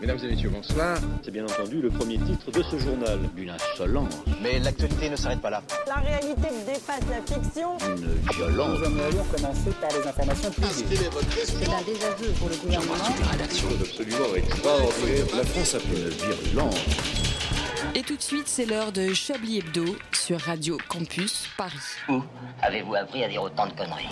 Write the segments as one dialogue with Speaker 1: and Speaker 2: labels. Speaker 1: Mesdames et messieurs, bonsoir.
Speaker 2: C'est bien entendu le premier titre de ce journal. D'une insolence,
Speaker 3: Mais l'actualité ne s'arrête pas là.
Speaker 4: La réalité dépasse la fiction.
Speaker 2: une violence.
Speaker 5: Nous aimerions commencer par les informations privées.
Speaker 6: C'est un désaveu pour le gouvernement.
Speaker 7: Et tout de suite, c'est l'heure de Chablis Hebdo sur Radio Campus Paris.
Speaker 6: Où avez-vous appris à dire autant de conneries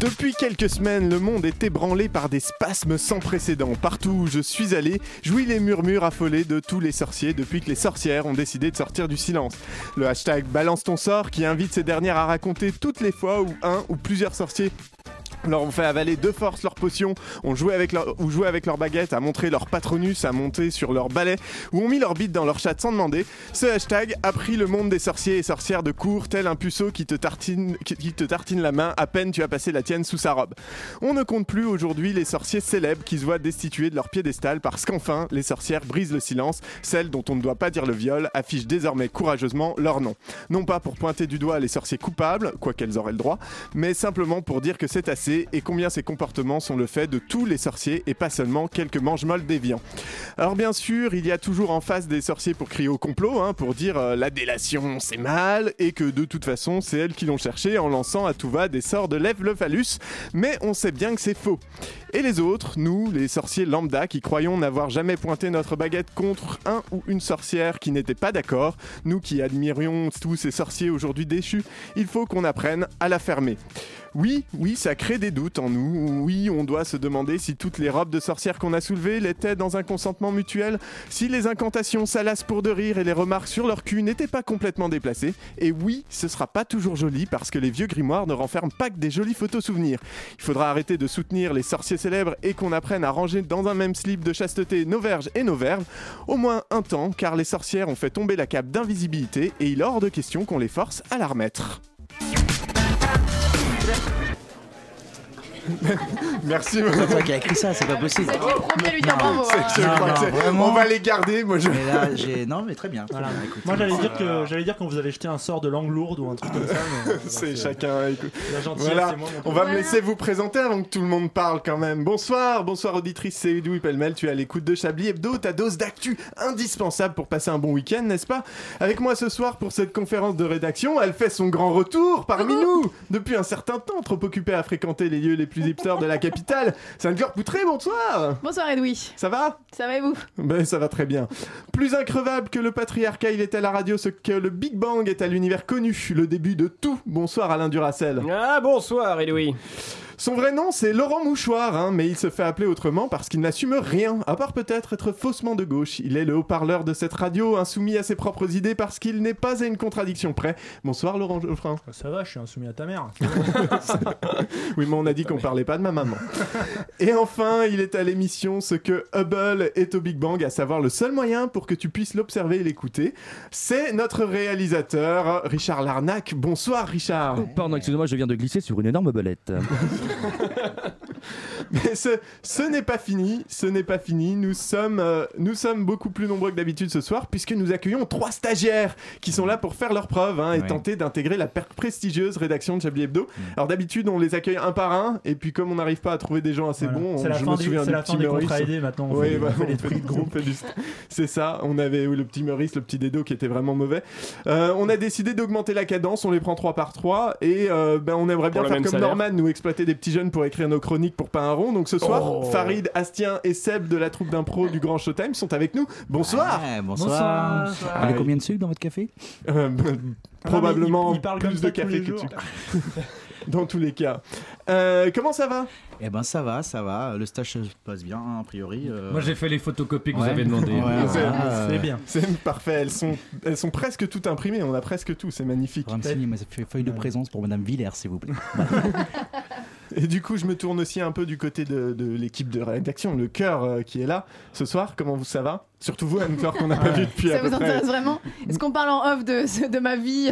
Speaker 8: Depuis quelques semaines, le monde est ébranlé par des spasmes sans précédent. Partout où je suis allé, jouis les murmures affolés de tous les sorciers depuis que les sorcières ont décidé de sortir du silence. Le hashtag balance ton sort qui invite ces dernières à raconter toutes les fois où un ou plusieurs sorciers leur ont fait avaler de force leurs potions, ont joué avec leur, ou joué avec leurs baguettes, à montrer leur patronus, à monter sur leur balai, ou ont mis leur bite dans leur chat sans demander, ce hashtag a pris le monde des sorciers et sorcières de cours, tel un puceau qui te tartine, qui, qui te tartine la main à peine tu as passé la tienne sous sa robe. On ne compte plus aujourd'hui les sorciers célèbres qui se voient destitués de leur piédestal parce qu'enfin, les sorcières brisent le silence, celles dont on ne doit pas dire le viol affichent désormais courageusement leur nom. Non pas pour pointer du doigt les sorciers coupables, quoiqu'elles auraient le droit, mais simplement pour dire que c'est assez et combien ces comportements sont le fait de tous les sorciers et pas seulement quelques mange-molles déviants. Alors bien sûr, il y a toujours en face des sorciers pour crier au complot, hein, pour dire euh, la délation c'est mal et que de toute façon c'est elles qui l'ont cherché en lançant à tout va des sorts de lève le phallus, mais on sait bien que c'est faux. Et les autres, nous, les sorciers lambda qui croyons n'avoir jamais pointé notre baguette contre un ou une sorcière qui n'était pas d'accord, nous qui admirions tous ces sorciers aujourd'hui déchus, il faut qu'on apprenne à la fermer. Oui, oui, ça crée des doutes en nous. Oui, on doit se demander si toutes les robes de sorcières qu'on a soulevées l'étaient dans un consentement mutuel, si les incantations salaces pour de rire et les remarques sur leur cul n'étaient pas complètement déplacées. Et oui, ce sera pas toujours joli parce que les vieux grimoires ne renferment pas que des jolies photos souvenirs. Il faudra arrêter de soutenir les sorciers célèbres et qu'on apprenne à ranger dans un même slip de chasteté nos verges et nos verves, au moins un temps, car les sorcières ont fait tomber la cape d'invisibilité et il est hors de question qu'on les force à la remettre. Merci.
Speaker 9: C'est toi qui as écrit ça, c'est pas possible.
Speaker 8: Je
Speaker 9: Non,
Speaker 8: crois
Speaker 9: non,
Speaker 8: que c'est-
Speaker 9: Ah, vraiment.
Speaker 8: on va les garder. Moi, je...
Speaker 9: Mais là, j'ai. Non, mais très bien. très bien, écoute.
Speaker 10: Moi j'allais dire que j'allais dire quand vous allez jeter un sort de langue lourde ou un truc comme ça. mais, euh,
Speaker 8: C'est
Speaker 10: voilà,
Speaker 8: chacun. écoute.
Speaker 10: La gentillesse,
Speaker 8: Voilà,
Speaker 10: c'est moi. mon
Speaker 8: on
Speaker 10: truc.
Speaker 8: va me laisser vous présenter avant que tout le monde parle quand même. Bonsoir, bonsoir auditrice, c'est Edoui Pellemel, tu es à l'écoute de Chablis Hebdo, ta dose d'actu indispensable pour passer un bon week-end, n'est-ce pas Avec moi ce soir pour cette conférence de rédaction, elle fait son grand retour parmi nous Depuis un certain temps, trop occupée à fréquenter les lieux les plus hipsters de la capitale, Sainte-Gore Poutré, bonsoir
Speaker 11: Bonsoir Edoui,
Speaker 8: Ça va
Speaker 11: ça va et vous
Speaker 8: Ben, ça va très bien. Plus increvable que le patriarcat, il est à la radio ce que le Big Bang est à l'univers connu, le début de tout. Bonsoir Alain Duracel.
Speaker 5: Ah bonsoir Edoui.
Speaker 8: Son vrai nom, c'est Laurent Mouchoir, hein, mais il se fait appeler autrement parce qu'il n'assume rien, à part peut-être être faussement de gauche. Il est le haut-parleur de cette radio, insoumis à ses propres idées parce qu'il n'est pas à une contradiction près. Bonsoir Laurent Geoffrin.
Speaker 10: Bah, Ça va, je suis insoumis à ta mère.
Speaker 8: Oui, mais on a dit qu'on parlait pas de ma maman. Et enfin, il est à l'émission ce que Hubble est au Big Bang, à savoir le seul moyen pour que tu puisses l'observer et l'écouter. C'est notre réalisateur, Richard Larnac. Bonsoir, Richard.
Speaker 9: Pardon,
Speaker 3: excusez-moi, je viens de glisser sur une énorme belette.
Speaker 8: Mais ce, ce n'est pas fini, ce n'est pas fini. Nous sommes, euh, nous sommes beaucoup plus nombreux que d'habitude ce soir puisque nous accueillons trois stagiaires qui sont là pour faire leurs preuves hein, et
Speaker 9: Ouais.
Speaker 8: tenter d'intégrer la per- prestigieuse rédaction de Chablis Hebdo.
Speaker 10: Mm.
Speaker 8: Alors d'habitude, on les accueille un par un et puis comme on n'arrive pas à trouver des gens assez
Speaker 10: Voilà.
Speaker 8: bons, on,
Speaker 10: C'est la
Speaker 8: je
Speaker 10: fin
Speaker 8: me
Speaker 10: du-
Speaker 8: souviens
Speaker 10: c'est
Speaker 8: du
Speaker 10: la fin
Speaker 8: petit
Speaker 10: des contrats
Speaker 8: Maurice.
Speaker 10: aidés maintenant. on
Speaker 8: Oui,
Speaker 10: fait-
Speaker 8: bah,
Speaker 10: on fait
Speaker 8: on
Speaker 10: des
Speaker 8: fait
Speaker 10: trucs
Speaker 8: du groupe, on fait du st- C'est ça, on avait oui, le petit Meurice, le petit Dedo qui était vraiment mauvais. Euh, on a décidé d'augmenter la cadence, on les prend 3 par 3 et euh, ben, on aimerait bien
Speaker 5: Pour le
Speaker 8: faire
Speaker 5: même
Speaker 8: comme
Speaker 5: salaire.
Speaker 8: Norman, nous exploiter des petits jeunes pour écrire nos chroniques pour pas un rond. Donc ce soir,
Speaker 5: Oh.
Speaker 8: Farid, Astien et Seb de la troupe d'impro du Grand Showtime sont avec nous. Bonsoir
Speaker 9: Ouais, bonsoir. Vous avez combien de sucre dans votre café
Speaker 8: Euh, ben,
Speaker 10: Ah,
Speaker 8: Probablement
Speaker 10: mais il- il parle comme
Speaker 8: plus
Speaker 10: ça
Speaker 8: de
Speaker 10: tous
Speaker 8: café
Speaker 10: les
Speaker 8: que de
Speaker 10: jours.
Speaker 8: sucre. Dans tous les cas. Euh, comment ça va
Speaker 9: Eh ben, ça va, ça va. Le stage se passe bien, hein, a priori. euh.
Speaker 3: Moi j'ai fait les photocopies que
Speaker 9: Ouais.
Speaker 3: vous avez demandées.
Speaker 9: Ouais,
Speaker 8: C'est-
Speaker 9: voilà, euh,
Speaker 10: C'est bien.
Speaker 8: C'est parfait, elles sont, elles sont presque toutes imprimées, on a presque tout, c'est magnifique.
Speaker 9: Faudra me signer ma feuille de présence pour Madame Villers, s'il vous plaît.
Speaker 8: Et du coup, je me tourne aussi un peu du côté de, de l'équipe de rédaction, le cœur euh, qui est là ce soir. Comment vous ça va Surtout vous, Anne-Claire, qu'on n'a pas vu depuis à
Speaker 11: Ça
Speaker 8: peu
Speaker 11: vous
Speaker 8: près-
Speaker 11: intéresse vraiment Est-ce qu'on parle en off de, de ma vie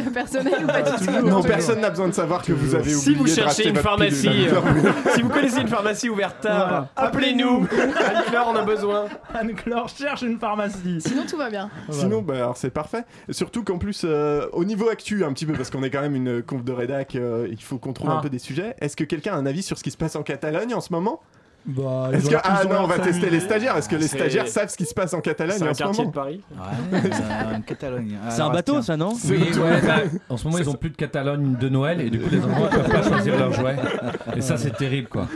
Speaker 8: Bah,
Speaker 11: personnelle ou pas
Speaker 8: Euh,
Speaker 11: du tout
Speaker 8: Non, personne n'a besoin de savoir que vous avez oublié
Speaker 5: Si vous
Speaker 8: de
Speaker 5: cherchez
Speaker 8: racheter
Speaker 5: une
Speaker 8: votre
Speaker 5: pharmacie,
Speaker 8: pilule.
Speaker 5: euh, si vous connaissez une pharmacie ouverte tard, appelez-nous. Anne-Claire en a besoin.
Speaker 10: Anne-Claire cherche une pharmacie.
Speaker 11: Sinon tout va bien.
Speaker 8: Sinon, bah, alors, c'est parfait. Et surtout qu'en plus, euh, au niveau actu, un petit peu, parce qu'on est quand même une conf de rédac, euh, il faut qu'on trouve un
Speaker 10: Ah.
Speaker 8: peu des sujets. Est-ce que quelqu'un a un avis sur ce qui se passe en Catalogne en ce moment
Speaker 10: Bah, ils
Speaker 8: Est-ce
Speaker 10: ont
Speaker 8: que
Speaker 10: l'air-
Speaker 8: ah
Speaker 10: ils ont
Speaker 8: non, on
Speaker 10: l'air
Speaker 8: va
Speaker 10: de
Speaker 8: tester les
Speaker 10: s'amuser.
Speaker 8: stagiaires. Est-ce que les
Speaker 5: C'est-
Speaker 8: stagiaires savent ce qui se passe en Catalogne
Speaker 5: C'est
Speaker 8: en
Speaker 5: un
Speaker 8: ce
Speaker 5: quartier de
Speaker 8: moment
Speaker 5: Paris.
Speaker 9: Ouais, euh, en Catalogne.
Speaker 3: C'est
Speaker 9: Alors,
Speaker 3: un bateau,
Speaker 9: tiens.
Speaker 3: ça, non
Speaker 8: C'est le
Speaker 1: Oui,
Speaker 8: tour.
Speaker 1: ouais, bah, en ce moment, ils ont plus de Catalogne de Noël et du coup, les enfants peuvent pas choisir leurs jouets. Et ça, c'est terrible, quoi.
Speaker 10: Ouais.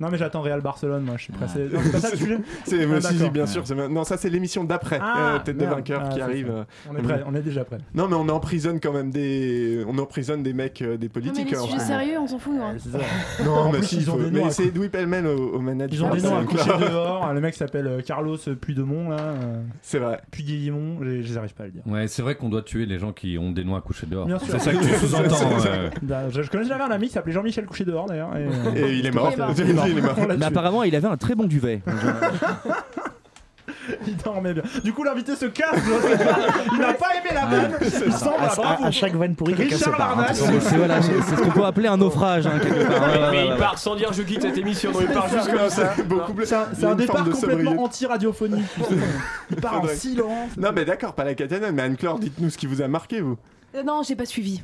Speaker 10: Non, mais j'attends Real Barcelone, moi, je suis pressé. Non, Ah, c'est pas ça le sujet
Speaker 8: C'est moi
Speaker 10: Ah,
Speaker 8: aussi,
Speaker 10: d'accord.
Speaker 8: bien sûr. c'est- Non, ça c'est l'émission d'après.
Speaker 10: Ah,
Speaker 8: euh, Tête de
Speaker 10: merde.
Speaker 8: vainqueur
Speaker 10: Ah,
Speaker 8: qui
Speaker 10: c'est
Speaker 8: arrive.
Speaker 10: ça.
Speaker 8: euh,
Speaker 10: On est prêt, on est déjà prêt.
Speaker 8: Non, mais on emprisonne quand même des, on emprisonne des mecs, euh, des
Speaker 11: Non, mais
Speaker 8: politiques.
Speaker 11: les
Speaker 8: hein, en
Speaker 11: sujets
Speaker 8: fait.
Speaker 11: sérieux, on s'en fout. hein.
Speaker 8: Non,
Speaker 10: En
Speaker 8: mais
Speaker 10: plus,
Speaker 8: si,
Speaker 10: ils ont
Speaker 8: faut-
Speaker 10: des noms
Speaker 8: mais
Speaker 10: à
Speaker 8: c'est Edoui Pellemel au, au manager.
Speaker 10: Ils ont des noms à
Speaker 8: c'est
Speaker 10: coucher
Speaker 8: clair.
Speaker 10: dehors. Le mec s'appelle euh, Carlos Puydemont, là. euh,
Speaker 8: C'est vrai.
Speaker 10: Puydemont, j'ai- je les arrive pas à le dire.
Speaker 1: Ouais, c'est vrai qu'on doit tuer les gens qui ont des noms à coucher dehors.
Speaker 10: Bien sûr.
Speaker 1: C'est ça que tu sous-entends. euh.
Speaker 10: Bah, Je, je connais j'avais un ami qui s'appelait Jean-Michel Couché dehors, d'ailleurs. Et, euh,
Speaker 8: Et il est mort.
Speaker 11: Il est mort.
Speaker 8: Il est mort.
Speaker 10: on l'a tué.
Speaker 3: Mais apparemment, il avait un très bon duvet.
Speaker 10: Il dormait bien. Du coup, l'invité se casse. je sais pas. Il n'a pas aimé la vanne. Il s'en va. bravo.
Speaker 9: chaque vanne pourrie,
Speaker 10: Richard Larnac.
Speaker 3: C'est voilà, c'est- c'est ce qu'on peut appeler un naufrage, hein, quelque part. Ouais, ouais,
Speaker 5: Mais
Speaker 3: ouais,
Speaker 5: il part sans dire je quitte cette émission, non, il part juste
Speaker 8: Non,
Speaker 5: comme
Speaker 8: c'est
Speaker 5: ça.
Speaker 8: beaucoup plus-
Speaker 10: C'est un,
Speaker 8: il y
Speaker 10: c'est
Speaker 8: a
Speaker 10: un
Speaker 8: une
Speaker 10: départ
Speaker 8: forme de
Speaker 10: complètement
Speaker 8: sobriété.
Speaker 10: anti-radiophonique. Il part en
Speaker 8: Faudrait-
Speaker 10: silence.
Speaker 8: Non, mais d'accord, pas la Catalogne, mais Anne-Claire, dites-nous ce qui vous a marqué, vous.
Speaker 11: Euh, Non, j'ai pas suivi.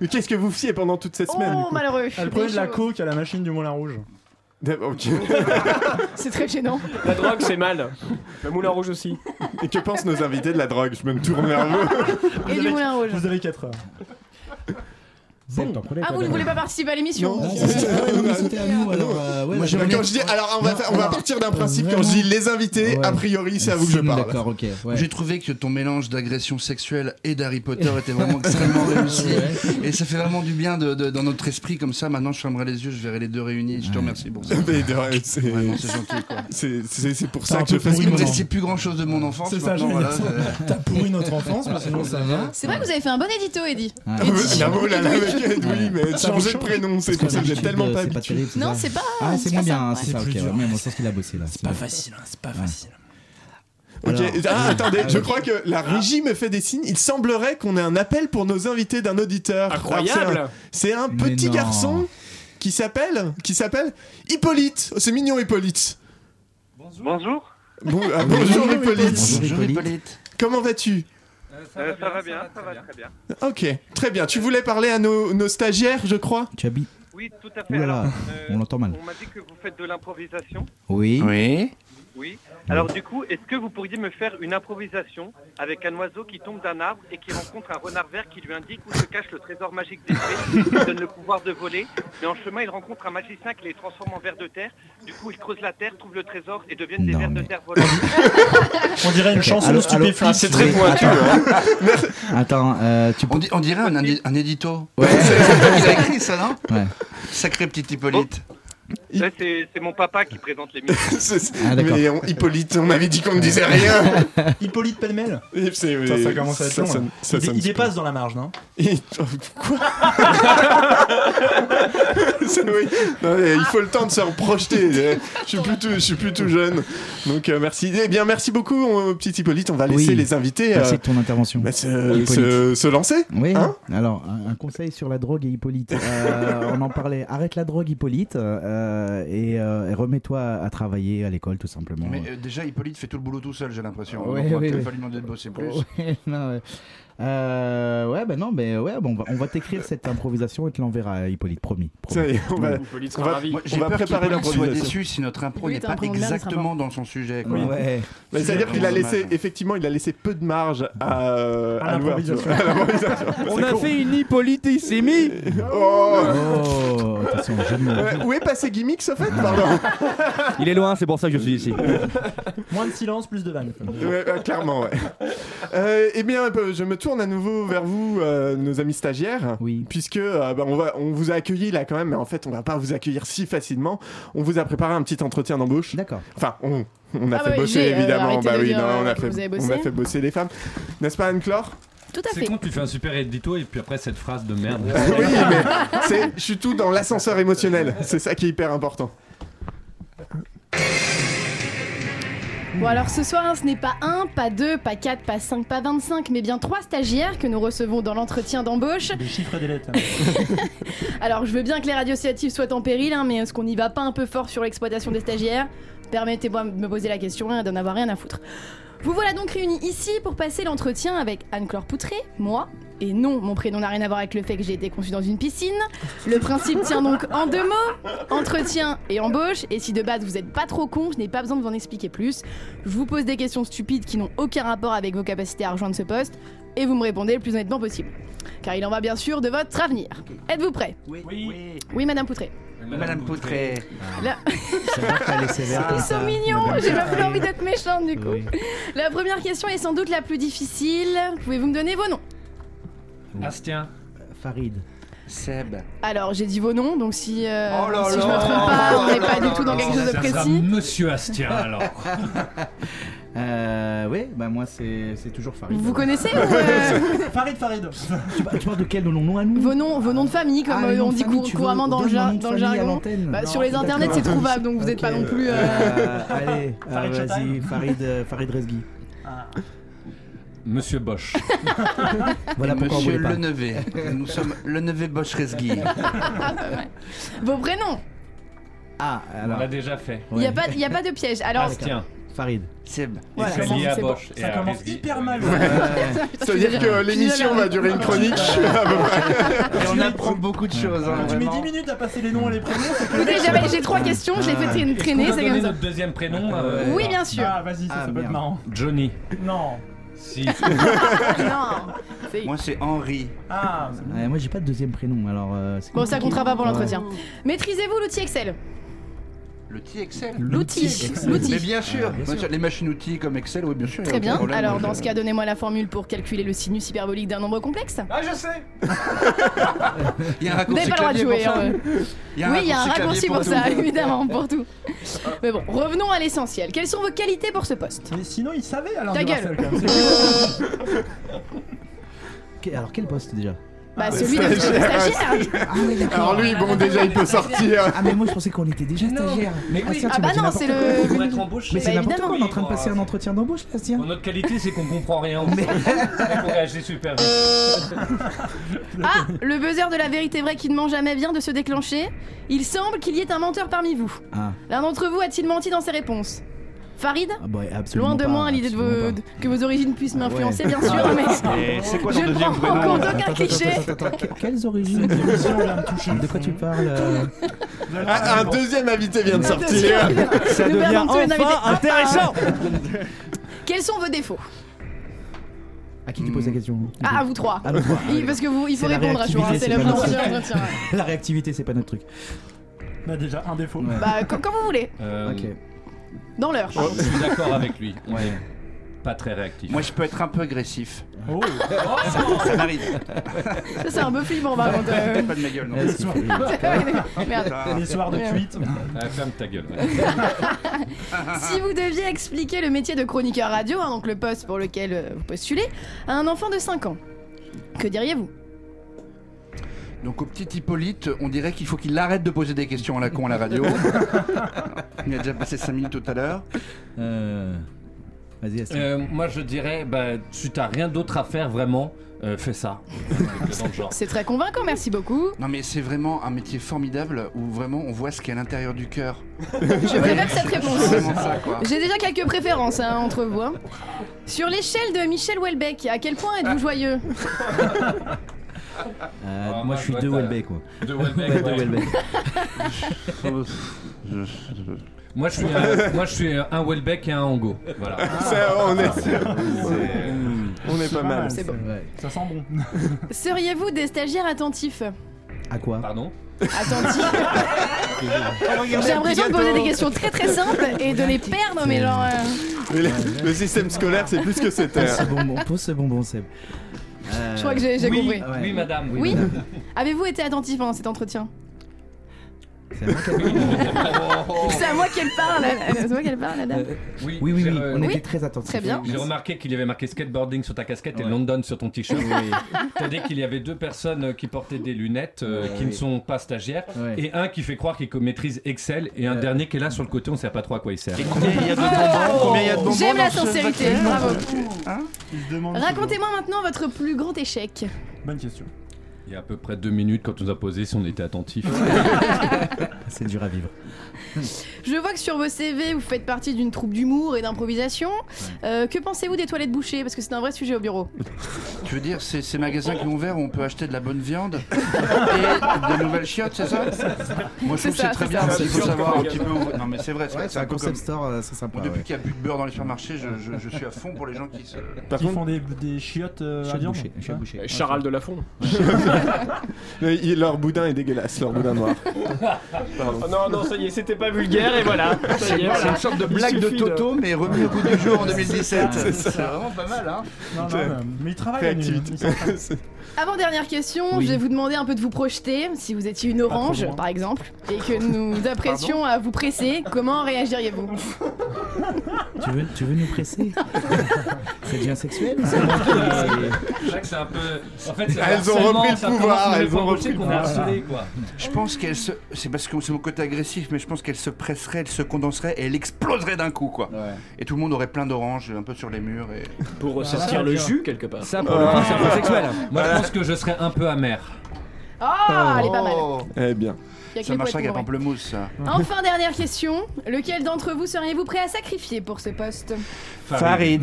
Speaker 8: Mais Qu'est-ce que vous fiez pendant toute cette semaine du
Speaker 11: Oh,
Speaker 8: coup
Speaker 11: malheureux.
Speaker 10: Elle prenait de la
Speaker 11: Des
Speaker 10: coke à la machine du Moulin Rouge.
Speaker 8: D'accord, ok.
Speaker 11: choses. C'est très gênant.
Speaker 5: La drogue, c'est mal. Le moulin rouge aussi.
Speaker 8: Et que pensent nos invités de la drogue Je me tourne vers vous.
Speaker 11: Et du Moulin Rouge.
Speaker 10: Vous avez 4 heures.
Speaker 11: Ah, vous ne voulez pas participer à l'émission
Speaker 8: Non.
Speaker 9: Ah, Moi,
Speaker 8: Quand je dis, alors on va, faire- on va partir d'un principe, quand
Speaker 9: vraiment.
Speaker 8: je dis les invités,
Speaker 10: Ah
Speaker 9: Ouais.
Speaker 8: a priori, c'est à vous que je parle.
Speaker 9: D'accord, ok. ouais.
Speaker 1: J'ai trouvé que ton mélange d'agression sexuelle et d'Harry Potter était vraiment extrêmement réussi. Et ça fait vraiment du bien de- de- dans notre esprit comme ça. Maintenant, je fermerai les yeux, je verrai les deux réunis. et Je te remercie pour ça.
Speaker 8: Mais de rien, c'est-
Speaker 1: Vraiment, c'est gentil. Quoi.
Speaker 8: C'est c'est- c'est pour
Speaker 10: un
Speaker 8: ça que je
Speaker 10: peu
Speaker 8: fais ce
Speaker 10: pourri,
Speaker 1: Il
Speaker 8: que
Speaker 1: me
Speaker 10: Vraiment.
Speaker 1: restait plus grand chose de mon enfance.
Speaker 10: C'est ça,
Speaker 1: maintenant,
Speaker 10: j'allais
Speaker 1: voilà,
Speaker 10: dire
Speaker 1: c'est-
Speaker 10: T'as pourri notre enfance, mais sinon ça va.
Speaker 11: C'est vrai que vous avez fait un bon édito, Eddy.
Speaker 9: Ah,
Speaker 8: Ah, mais- ah, oh là là, avec Ed, oui,
Speaker 9: Ouais.
Speaker 8: mais
Speaker 10: Ça vous
Speaker 8: changer de
Speaker 10: change.
Speaker 8: prénom, c'est
Speaker 9: Parce
Speaker 8: pour
Speaker 9: que
Speaker 8: ça que j'ai
Speaker 9: d'habitude,
Speaker 8: tellement
Speaker 9: euh,
Speaker 8: pas
Speaker 9: c'est pas
Speaker 8: habitué.
Speaker 9: terrible.
Speaker 11: Non, c'est pas.
Speaker 9: Ah, c'est moins
Speaker 11: pas
Speaker 9: bien,
Speaker 11: ça.
Speaker 9: c'est ça, ok.
Speaker 10: plus
Speaker 9: ouais,
Speaker 10: dur.
Speaker 9: Même on sent qu'il a bossé là. C'est bien.
Speaker 10: facile, c'est pas
Speaker 9: facile.
Speaker 8: Ok,
Speaker 9: Alors- euh, Ah.
Speaker 8: ah, attendez, je
Speaker 9: ok.
Speaker 8: crois que la régie me fait des signes. Il semblerait qu'on ait un appel pour nos invités d'un auditeur. Alors,
Speaker 5: Incroyable.
Speaker 8: C'est un, c'est un
Speaker 9: Mais
Speaker 8: petit
Speaker 9: non.
Speaker 8: garçon qui s'appelle qui s'appelle Hippolyte. Oh, c'est mignon Hippolyte.
Speaker 12: Bonjour,
Speaker 8: Bon- ah, bonjour Hippolyte.
Speaker 9: Bonjour, Hippolyte.
Speaker 8: Comment vas-tu
Speaker 12: Euh, ça va bien, ça va très bien.
Speaker 8: Ok, très bien. Tu voulais parler à nos, nos stagiaires, je crois.
Speaker 9: Tu habites
Speaker 12: Oui, tout à fait.
Speaker 9: Ouh là là,
Speaker 12: Alors, euh,
Speaker 9: on l'entend mal.
Speaker 12: on m'a dit que vous faites de l'improvisation.
Speaker 9: Oui.
Speaker 1: Oui.
Speaker 12: Oui. Alors du coup, est-ce que vous pourriez me faire une improvisation avec un oiseau qui tombe d'un arbre et qui rencontre un renard vert qui lui indique où se cache le trésor magique des fées, qui lui donne le pouvoir de voler, mais en chemin il rencontre un magicien qui les transforme en vers de terre. Du coup, ils creusent la terre, trouvent le trésor et deviennent des
Speaker 9: Non,
Speaker 12: vers de
Speaker 9: mais-
Speaker 12: terre volants.
Speaker 10: On dirait une chanson de stupéfiant.
Speaker 5: Ah, c'est très hein.
Speaker 9: pointu.
Speaker 11: hein.
Speaker 9: Attends, euh, tu
Speaker 1: On,
Speaker 9: peux.
Speaker 1: di- on dirait un, indi- un édito.
Speaker 9: Ouais.
Speaker 1: Il a écrit ça, non
Speaker 9: Ouais.
Speaker 1: Sacré petit Hippolyte.
Speaker 12: Là, c'est c'est mon papa qui présente l'émission.
Speaker 8: C'est-
Speaker 9: Ah, d'accord.
Speaker 8: mais on- Hippolyte, on m'avait dit qu'on ne disait rien.
Speaker 10: Hippolyte Pellemel.
Speaker 8: Et c'est-
Speaker 10: Putain, ça commence à être
Speaker 8: ça
Speaker 10: long, là.
Speaker 8: sonne- ça
Speaker 10: il, dé-
Speaker 8: sonne
Speaker 10: il dépasse dans la marge, non
Speaker 8: Et- Quoi C'est- oui. Non, mais il faut le temps de se reprojeter. Euh, Je suis plus tout, je suis plus tout jeune. Donc euh, merci. Eh bien merci beaucoup, on- petit Hippolyte. On va laisser
Speaker 9: Ah, Oui.
Speaker 8: les invités
Speaker 1: Bah,
Speaker 8: euh,
Speaker 9: Passer ton intervention.
Speaker 8: bah, se,
Speaker 9: Hippolyte.
Speaker 8: se- se lancer.
Speaker 9: Oui.
Speaker 8: Hein
Speaker 9: Alors, un, un conseil sur la drogue et Hippolyte. Euh, on en parlait. Arrête la drogue, Hippolyte, euh, et, euh, et remets-toi à, à travailler à l'école, tout simplement.
Speaker 1: Mais euh, déjà, Hippolyte fait tout le boulot tout seul, j'ai l'impression.
Speaker 9: Ouais, Oh.
Speaker 1: Donc, on va
Speaker 9: ouais,
Speaker 1: peut-être
Speaker 9: ouais.
Speaker 1: pas lui demander de bosser plus.
Speaker 9: Ouais, non, ouais. Euh, ouais, bah non, mais ouais, bon, on va, on va t'écrire cette improvisation et te l'enverra, à Hippolyte, promis. promis.
Speaker 8: Ça y est, on va-
Speaker 5: Hippolyte
Speaker 8: on
Speaker 5: sera
Speaker 8: va,
Speaker 5: ravi.
Speaker 1: Moi,
Speaker 8: on
Speaker 1: j'ai
Speaker 8: va
Speaker 1: peur
Speaker 8: préparer
Speaker 1: qu'il soit
Speaker 8: l'improvisation.
Speaker 1: déçu si notre impro
Speaker 11: Oui,
Speaker 1: n'est
Speaker 11: t'as
Speaker 1: pas
Speaker 11: un problème, ça sera
Speaker 1: exactement dans son sujet. quoi.
Speaker 9: Ouais.
Speaker 8: Bah, C'est-à-dire qu'il a
Speaker 1: Dommage.
Speaker 8: laissé effectivement, il a laissé peu de marge à, euh,
Speaker 10: À
Speaker 8: à Louard.
Speaker 10: l'improvisation.
Speaker 8: À l'improvisation.
Speaker 3: On a fait une hypolitécémie
Speaker 8: Oh.
Speaker 9: Oh, attention, jeu de mots.
Speaker 8: Euh, où est passé gimmick, ce fait Pardon.
Speaker 3: Il est loin, c'est pour ça que je suis ici.
Speaker 10: Moins de silence, plus de vannes.
Speaker 8: Ouais, ouais, clairement, ouais. Euh, eh bien, euh, je me tourne à nouveau vers vous, euh, nos amis stagiaires.
Speaker 9: Oui.
Speaker 8: Puisque euh, bah, on, va, on vous a accueilli là quand même, mais en fait, on va pas vous accueillir si facilement. On vous a préparé un petit entretien d'embauche.
Speaker 9: D'accord.
Speaker 8: Enfin, on, on a
Speaker 11: Ah
Speaker 8: fait
Speaker 11: bah oui,
Speaker 8: bosser
Speaker 11: j'ai, euh,
Speaker 8: évidemment. Bah
Speaker 11: arrêté de
Speaker 8: oui,
Speaker 11: dire,
Speaker 8: non, on
Speaker 11: euh,
Speaker 8: a
Speaker 11: que
Speaker 8: fait,
Speaker 11: vous avez
Speaker 8: on a
Speaker 11: bossé.
Speaker 8: fait bosser les femmes, n'est-ce pas Anne-Claude
Speaker 11: Tout à
Speaker 1: C'est
Speaker 11: fait.
Speaker 1: con, tu fais un super édito et puis après cette phrase de merde.
Speaker 8: Oui, mais c'est- je suis tout dans l'ascenseur émotionnel. C'est ça qui est hyper important.
Speaker 11: Bon alors ce soir, hein, ce n'est pas un, pas deux, pas quatre, pas cinq, pas 25, mais bien trois stagiaires que nous recevons dans l'entretien d'embauche.
Speaker 10: Des chiffres et des lettres.
Speaker 11: Alors je veux bien que les radiocéatives soient en péril, hein, mais est-ce qu'on n'y va pas un peu fort sur l'exploitation des stagiaires Permettez-moi de me poser la question hein, et d'en avoir rien à foutre. Vous voilà donc réunis ici pour passer l'entretien avec Anne-Claire Poutré, moi. Et non, mon prénom n'a rien à voir avec le fait que j'ai été conçu dans une piscine. Le principe tient donc en deux mots entretien et embauche. Et si de base vous n'êtes pas trop con, je n'ai pas besoin de vous en expliquer plus. Je vous pose des questions stupides qui n'ont aucun rapport avec vos capacités à rejoindre ce poste. Et vous me répondez le plus honnêtement possible. Car il en va bien sûr de votre avenir. Êtes-vous prêt
Speaker 13: Oui.
Speaker 11: oui. Madame Poutré.
Speaker 13: Madame Poutré.
Speaker 11: La-
Speaker 1: Ah,
Speaker 11: Ils sont
Speaker 13: ça,
Speaker 11: mignons,
Speaker 13: Madame
Speaker 11: j'ai même
Speaker 13: Poutré.
Speaker 11: plus envie d'être méchante du coup.
Speaker 13: Oui.
Speaker 11: La première question est sans doute la plus difficile. Pouvez-vous me donner vos noms
Speaker 13: Bastien.
Speaker 9: Euh, Farid.
Speaker 12: Euh,
Speaker 1: Seb.
Speaker 11: Alors, j'ai dit vos noms, donc si, euh,
Speaker 13: Oh là
Speaker 11: si je
Speaker 13: là.
Speaker 11: me trompe pas, on n'est
Speaker 13: Oh
Speaker 11: pas
Speaker 13: là
Speaker 11: du tout
Speaker 9: Ah,
Speaker 11: dans
Speaker 13: là.
Speaker 11: quelque chose de
Speaker 13: Ça sera
Speaker 11: précis.
Speaker 13: Monsieur Astien, alors.
Speaker 9: Euh, oui, bah moi c'est c'est toujours Farid.
Speaker 11: Vous connaissez ou, euh,
Speaker 10: Farid, Farid.
Speaker 9: tu, par- tu parles de quel nom, nom à nous
Speaker 11: Vos noms, vos noms de famille, comme
Speaker 9: Ah, les
Speaker 11: euh,
Speaker 9: noms
Speaker 11: on
Speaker 9: de
Speaker 11: dit
Speaker 9: famille,
Speaker 11: cour-
Speaker 9: tu veux-
Speaker 11: couramment dans
Speaker 9: donne
Speaker 11: le,
Speaker 9: le
Speaker 11: jar-
Speaker 9: nom de
Speaker 11: dans le
Speaker 9: famille à
Speaker 11: jargon.
Speaker 9: l'antenne.
Speaker 11: Bah,
Speaker 9: Non,
Speaker 11: sur les
Speaker 9: d'accord.
Speaker 11: internets, c'est trouvable, donc vous n'êtes pas non plus. euh,
Speaker 9: Euh, allez, euh,
Speaker 11: Farid
Speaker 9: vas-y,
Speaker 11: Chataille.
Speaker 9: Farid, euh, Farid Resgui.
Speaker 13: Monsieur Bosch.
Speaker 9: Voilà
Speaker 1: Et
Speaker 9: pourquoi on
Speaker 1: Monsieur
Speaker 9: voulait pas.
Speaker 1: Lenevé. Nous sommes Lenevé Bosch-Resgui.
Speaker 11: Vos prénoms.
Speaker 9: Ah,
Speaker 13: On l'a déjà fait.
Speaker 11: Il n'y a, pas- il y a pas de piège. Alors,
Speaker 13: Bastien.
Speaker 9: Farid.
Speaker 1: Seb.
Speaker 11: Voilà,
Speaker 13: Et Samy
Speaker 11: c'est
Speaker 13: à
Speaker 11: bon.
Speaker 13: Bosch. et
Speaker 10: Ça
Speaker 13: à
Speaker 10: commence
Speaker 13: Rizvi.
Speaker 10: hyper mal.
Speaker 8: C'est-à-dire que l'émission va durer une chronique à peu près.
Speaker 1: Et on apprend beaucoup de choses. hein,
Speaker 10: Tu mets
Speaker 1: vraiment.
Speaker 10: 10 minutes à passer les noms et les prénoms. c'est que-
Speaker 11: écoutez, j'avais- j'ai trois questions, je les fais traîner,
Speaker 13: Est-ce qu'on
Speaker 11: traîner,
Speaker 13: doit
Speaker 11: c'est
Speaker 13: donner
Speaker 11: comme ça.
Speaker 13: notre deuxième prénom.
Speaker 1: euh,
Speaker 11: ouais. Oui, bien sûr.
Speaker 10: Ah, vas-y, ça, ça peut être marrant.
Speaker 13: Johnny.
Speaker 10: Non.
Speaker 13: Si.
Speaker 11: non. c'est-
Speaker 1: Moi c'est Henri.
Speaker 10: Ah,
Speaker 9: Ouais, moi j'ai pas de deuxième prénom alors. euh, c'est
Speaker 11: Bon, ça
Speaker 9: compliqué.
Speaker 11: comptera pas pour
Speaker 9: Ouais.
Speaker 11: l'entretien. Maîtrisez-vous l'outil Excel
Speaker 1: Le petit Excel.
Speaker 11: L'outil. L'outil.
Speaker 1: Mais bien sûr.
Speaker 11: Ah, bien
Speaker 1: bien sûr, Les machines-outils comme Excel, oui, bien sûr. y a
Speaker 11: Très
Speaker 1: aucun
Speaker 11: bien.
Speaker 1: problème.
Speaker 11: Alors,
Speaker 1: Je-
Speaker 11: dans ce cas, donnez-moi la formule pour calculer le sinus hyperbolique d'un nombre complexe.
Speaker 10: Ah, je sais
Speaker 1: Il y a un
Speaker 11: Vous n'avez
Speaker 1: raccourci
Speaker 11: pas le droit de
Speaker 1: clavier
Speaker 11: jouer.
Speaker 1: pour ça.
Speaker 11: hein. Oui, il y a un raccourci
Speaker 1: clavier
Speaker 11: pour ça,
Speaker 1: tout.
Speaker 11: évidemment, pour tout. Mais bon, revenons à l'essentiel. Quelles sont vos qualités pour ce poste
Speaker 10: Mais sinon, il savait alors.
Speaker 11: Ta
Speaker 10: de Marcel,
Speaker 11: gueule.
Speaker 10: quand même. C'est-
Speaker 9: Que- Alors quel poste déjà
Speaker 11: Bah, celui de stagiaire.
Speaker 9: Ah oui, d'accord.
Speaker 8: Alors lui, bon, déjà, il peut sortir.
Speaker 9: Ah mais moi je pensais qu'on était déjà stagiaire.
Speaker 13: mais oui.
Speaker 9: Bastien,
Speaker 11: Ah
Speaker 9: tu
Speaker 11: bah
Speaker 9: m'as dit
Speaker 11: non,
Speaker 9: n'importe
Speaker 11: c'est
Speaker 9: quoi.
Speaker 11: le-
Speaker 13: Pour être embauché.
Speaker 9: Mais c'est
Speaker 11: Bah,
Speaker 9: n'importe quoi, on est en
Speaker 11: évidemment.
Speaker 9: train de passer un entretien d'embauche, Bastien.
Speaker 13: Bon, notre qualité, c'est qu'on comprend rien. Mais... qu'on réagit super vite.
Speaker 11: Ah, le buzzer de la vérité vraie qui ne ment jamais vient de se déclencher. Il semble qu'il y ait un menteur parmi vous.
Speaker 9: Ah,
Speaker 11: L'un d'entre vous a-t-il menti dans ses réponses Farid
Speaker 9: ah bah absolument.
Speaker 11: Loin de
Speaker 9: pas,
Speaker 11: moi l'idée de
Speaker 9: absolument
Speaker 11: vos-
Speaker 9: pas.
Speaker 11: que vos origines puissent
Speaker 9: Ah ouais.
Speaker 11: m'influencer, bien sûr, mais
Speaker 9: Et c'est
Speaker 11: je ne prends en compte
Speaker 9: Attends,
Speaker 11: aucun
Speaker 9: attends,
Speaker 11: cliché.
Speaker 9: attends, attends, attends, que- Quelles origines
Speaker 10: Cette émission vient de toucher.
Speaker 9: De quoi tu parles euh,
Speaker 8: Ah, un deuxième invité vient de sortir.
Speaker 3: Ça
Speaker 11: Nous
Speaker 3: devient
Speaker 11: perdons tous les invités.
Speaker 3: enfin intéressant
Speaker 11: Quels sont vos défauts
Speaker 9: À qui tu poses la question
Speaker 11: Ah, à vous trois.
Speaker 9: À nous trois.
Speaker 11: Oui, parce que vous, il faut
Speaker 9: C'est la
Speaker 11: répondre à ce jour, hein, c'est
Speaker 9: réactivité,
Speaker 11: le
Speaker 9: c'est pas
Speaker 11: principe de
Speaker 9: notre
Speaker 11: l'entretien. ouais.
Speaker 9: La réactivité, c'est pas notre truc.
Speaker 10: Bah, déjà, un défaut.
Speaker 9: Ouais.
Speaker 11: Bah, comme, comme vous voulez,
Speaker 13: Euh,
Speaker 9: Ok.
Speaker 11: dans l'heure.
Speaker 13: Oh, Je suis d'accord avec lui. On est pas très réactif.
Speaker 1: Moi, je peux être un peu agressif.
Speaker 10: Oh,
Speaker 1: Ça m'arrive.
Speaker 11: Ça, c'est un peu flippant, par contre. euh.
Speaker 1: Pas de ma gueule, non.
Speaker 9: Merci.
Speaker 11: Merde.
Speaker 1: Putain.
Speaker 10: les soirs de
Speaker 11: Ouais.
Speaker 10: tweet.
Speaker 13: Ah, ferme ta gueule. ouais.
Speaker 11: Si vous deviez expliquer le métier de chroniqueur radio, hein, donc le poste pour lequel euh, vous postulez, à un enfant de 5 ans, que diriez-vous
Speaker 1: Donc, au petit Hippolyte, on dirait qu'il faut qu'il arrête de poser des questions à la con à la radio. Il a déjà passé 5 minutes tout à l'heure.
Speaker 9: Euh, Vas-y, Astrid.
Speaker 13: Euh, moi, je dirais, bah, tu t'as rien d'autre à faire vraiment, euh, fais ça. Dans le genre.
Speaker 11: C'est très convaincant, merci beaucoup.
Speaker 1: Non, mais c'est vraiment un métier formidable où vraiment on voit ce qu'il y a à l'intérieur du cœur.
Speaker 11: Je préfère cette
Speaker 1: C'est
Speaker 11: réponse.
Speaker 1: vraiment ça, quoi.
Speaker 11: J'ai déjà quelques préférences hein, entre vous. hein. Sur l'échelle de Michel Houellebecq, à quel point
Speaker 9: Ah.
Speaker 11: êtes-vous joyeux
Speaker 9: Euh,
Speaker 13: Ah,
Speaker 9: moi,
Speaker 13: moi,
Speaker 9: je
Speaker 13: je
Speaker 9: suis
Speaker 13: dois
Speaker 9: de
Speaker 13: être, euh,
Speaker 9: Welbeck, quoi.
Speaker 13: De
Speaker 9: Ouais,
Speaker 13: Welbeck,
Speaker 9: de
Speaker 13: ouais.
Speaker 9: Welbeck.
Speaker 13: Moi, je suis, euh, moi, je suis euh, un Welbeck et un Ango. Voilà.
Speaker 8: Ça, on est sûr. On est pas mal.
Speaker 11: C'est bon.
Speaker 9: Ouais.
Speaker 10: Ça sent bon.
Speaker 11: Seriez-vous des stagiaires attentifs
Speaker 9: À quoi
Speaker 13: Pardon
Speaker 11: Attentifs
Speaker 10: Hein
Speaker 11: J'ai l'impression de poser des questions très très simples et de les perdre, mais genre. euh,
Speaker 8: Mais le, le système scolaire, c'est plus que c'était.
Speaker 9: Pose ce bonbon, pose ce bonbon, Seb. Euh,
Speaker 11: Je crois que j'ai j'ai
Speaker 13: oui,
Speaker 11: compris.
Speaker 9: Ouais.
Speaker 13: oui, madame.
Speaker 11: Oui Avez-vous été attentif pendant cet entretien
Speaker 9: C'est à moi qu'elle-
Speaker 1: Oh.
Speaker 11: C'est à moi qu'elle parle, la- c'est à moi qu'elle parle, la dame.
Speaker 9: Euh,
Speaker 13: Oui,
Speaker 9: Oui, oui,
Speaker 13: j'ai
Speaker 9: oui,
Speaker 13: re-
Speaker 9: on
Speaker 11: Oui.
Speaker 9: était très attentifs.
Speaker 11: Très bien.
Speaker 13: J'ai remarqué qu'il y avait marqué skateboarding sur ta casquette
Speaker 9: Ouais.
Speaker 13: et London sur ton t-shirt. C'est-à-dire qu'il y avait deux personnes euh, qui portaient des lunettes euh,
Speaker 9: Ouais,
Speaker 13: qui
Speaker 9: oui.
Speaker 13: ne sont pas stagiaires
Speaker 9: Ouais.
Speaker 13: et un qui fait croire qu'il maîtrise Excel et un
Speaker 9: Euh.
Speaker 13: dernier qui est là sur le côté, on ne sait pas trop à quoi il sert.
Speaker 1: Combien il y a de
Speaker 13: euh,
Speaker 1: bonbons Combien il y a de bonbons
Speaker 11: J'aime la
Speaker 1: dans ce
Speaker 11: sincérité,
Speaker 1: paquet
Speaker 11: bravo.
Speaker 1: Hein
Speaker 10: Il se demande.
Speaker 11: Racontez-moi maintenant votre plus grand échec.
Speaker 10: Bonne question.
Speaker 13: Il y a à peu près deux minutes quand on nous a posé si on était attentif.
Speaker 9: C'est dur à vivre.
Speaker 11: Je vois que sur vos CV, vous faites partie d'une troupe d'humour et d'improvisation. Euh, que pensez-vous des toilettes bouchées Parce que c'est un vrai sujet au bureau.
Speaker 1: Tu veux dire, c'est ces magasins qui ont ouvert où on peut acheter de la bonne viande et de nouvelles chiottes, c'est ça Moi, je
Speaker 11: C'est
Speaker 1: trouve que
Speaker 11: ça,
Speaker 1: c'est très
Speaker 11: c'est
Speaker 1: bien,
Speaker 11: ça.
Speaker 1: parce qu'il faut
Speaker 11: C'est
Speaker 1: savoir
Speaker 11: sûr.
Speaker 1: un petit peu où- Non, mais c'est vrai, c'est
Speaker 9: Ouais,
Speaker 1: vrai,
Speaker 9: c'est un
Speaker 1: peu
Speaker 9: concept
Speaker 1: comme-
Speaker 9: store, euh, c'est sympa.
Speaker 1: Moi, depuis
Speaker 9: ouais.
Speaker 1: qu'il n'y a plus de beurre dans les supermarchés, je, je- je suis à fond pour les gens qui se.
Speaker 10: Ils font des, des chiottes euh, à
Speaker 9: Chiottes
Speaker 10: viande.
Speaker 8: hein.
Speaker 9: bouchées, chiottes bouchées.
Speaker 5: Euh, Charal de Lafont.
Speaker 8: Mais il- leur boudin est dégueulasse, leur boudin noir.
Speaker 5: Oh non, non, ça y est, c'était pas vulgaire et voilà. Ça y est,
Speaker 1: C'est
Speaker 5: voilà.
Speaker 1: une sorte de
Speaker 5: Il
Speaker 1: blague de
Speaker 5: suffit
Speaker 1: Toto, mais remis au goût du jour en 2017.
Speaker 8: C'est ça.
Speaker 1: C'est vraiment pas mal, hein
Speaker 10: Non, non,
Speaker 8: C'est-
Speaker 10: mais- mais ils travaillent la nuit,
Speaker 8: Réactivité.
Speaker 10: ils sont-
Speaker 11: Avant dernière question,
Speaker 8: Oui.
Speaker 11: je vais vous demander un peu de vous projeter. Si vous étiez une orange,
Speaker 10: loin.
Speaker 11: par exemple, et que nous apprécions à vous presser, comment réagiriez-vous
Speaker 9: Tu, veux, tu veux nous presser C'est bien sexuel ça
Speaker 13: C'est vrai que c'est un peu. En fait, c'est un
Speaker 8: Elles ont
Speaker 13: harcèlement,
Speaker 8: repris le
Speaker 13: ça commence
Speaker 8: pouvoir,
Speaker 13: à nous
Speaker 8: elles ont
Speaker 13: approcher
Speaker 8: repris le
Speaker 13: qu'on est harcelé, quoi.
Speaker 1: Je pense qu'elle se. C'est parce que c'est mon côté agressif, mais je pense qu'elle se presserait, elle se condenserait et elle exploserait d'un coup, quoi. Et tout le monde aurait plein d'oranges un peu sur les murs. Et...
Speaker 5: Pour ressortir le jus quelque part.
Speaker 3: Ça, pour le coup, c'est un peu sexuel.
Speaker 13: Moi, je pense que je serais un peu amer.
Speaker 11: Oh, elle est pas mal.
Speaker 1: Oh.
Speaker 8: Eh bien.
Speaker 11: Y a que
Speaker 1: Ça
Speaker 11: les
Speaker 1: marcherait
Speaker 11: poètes
Speaker 1: qu'à
Speaker 11: pour vrai.
Speaker 1: pamplemousse, ça.
Speaker 11: Enfin, dernière question. Lequel d'entre vous seriez-vous prêt à sacrifier pour ce poste
Speaker 9: Farid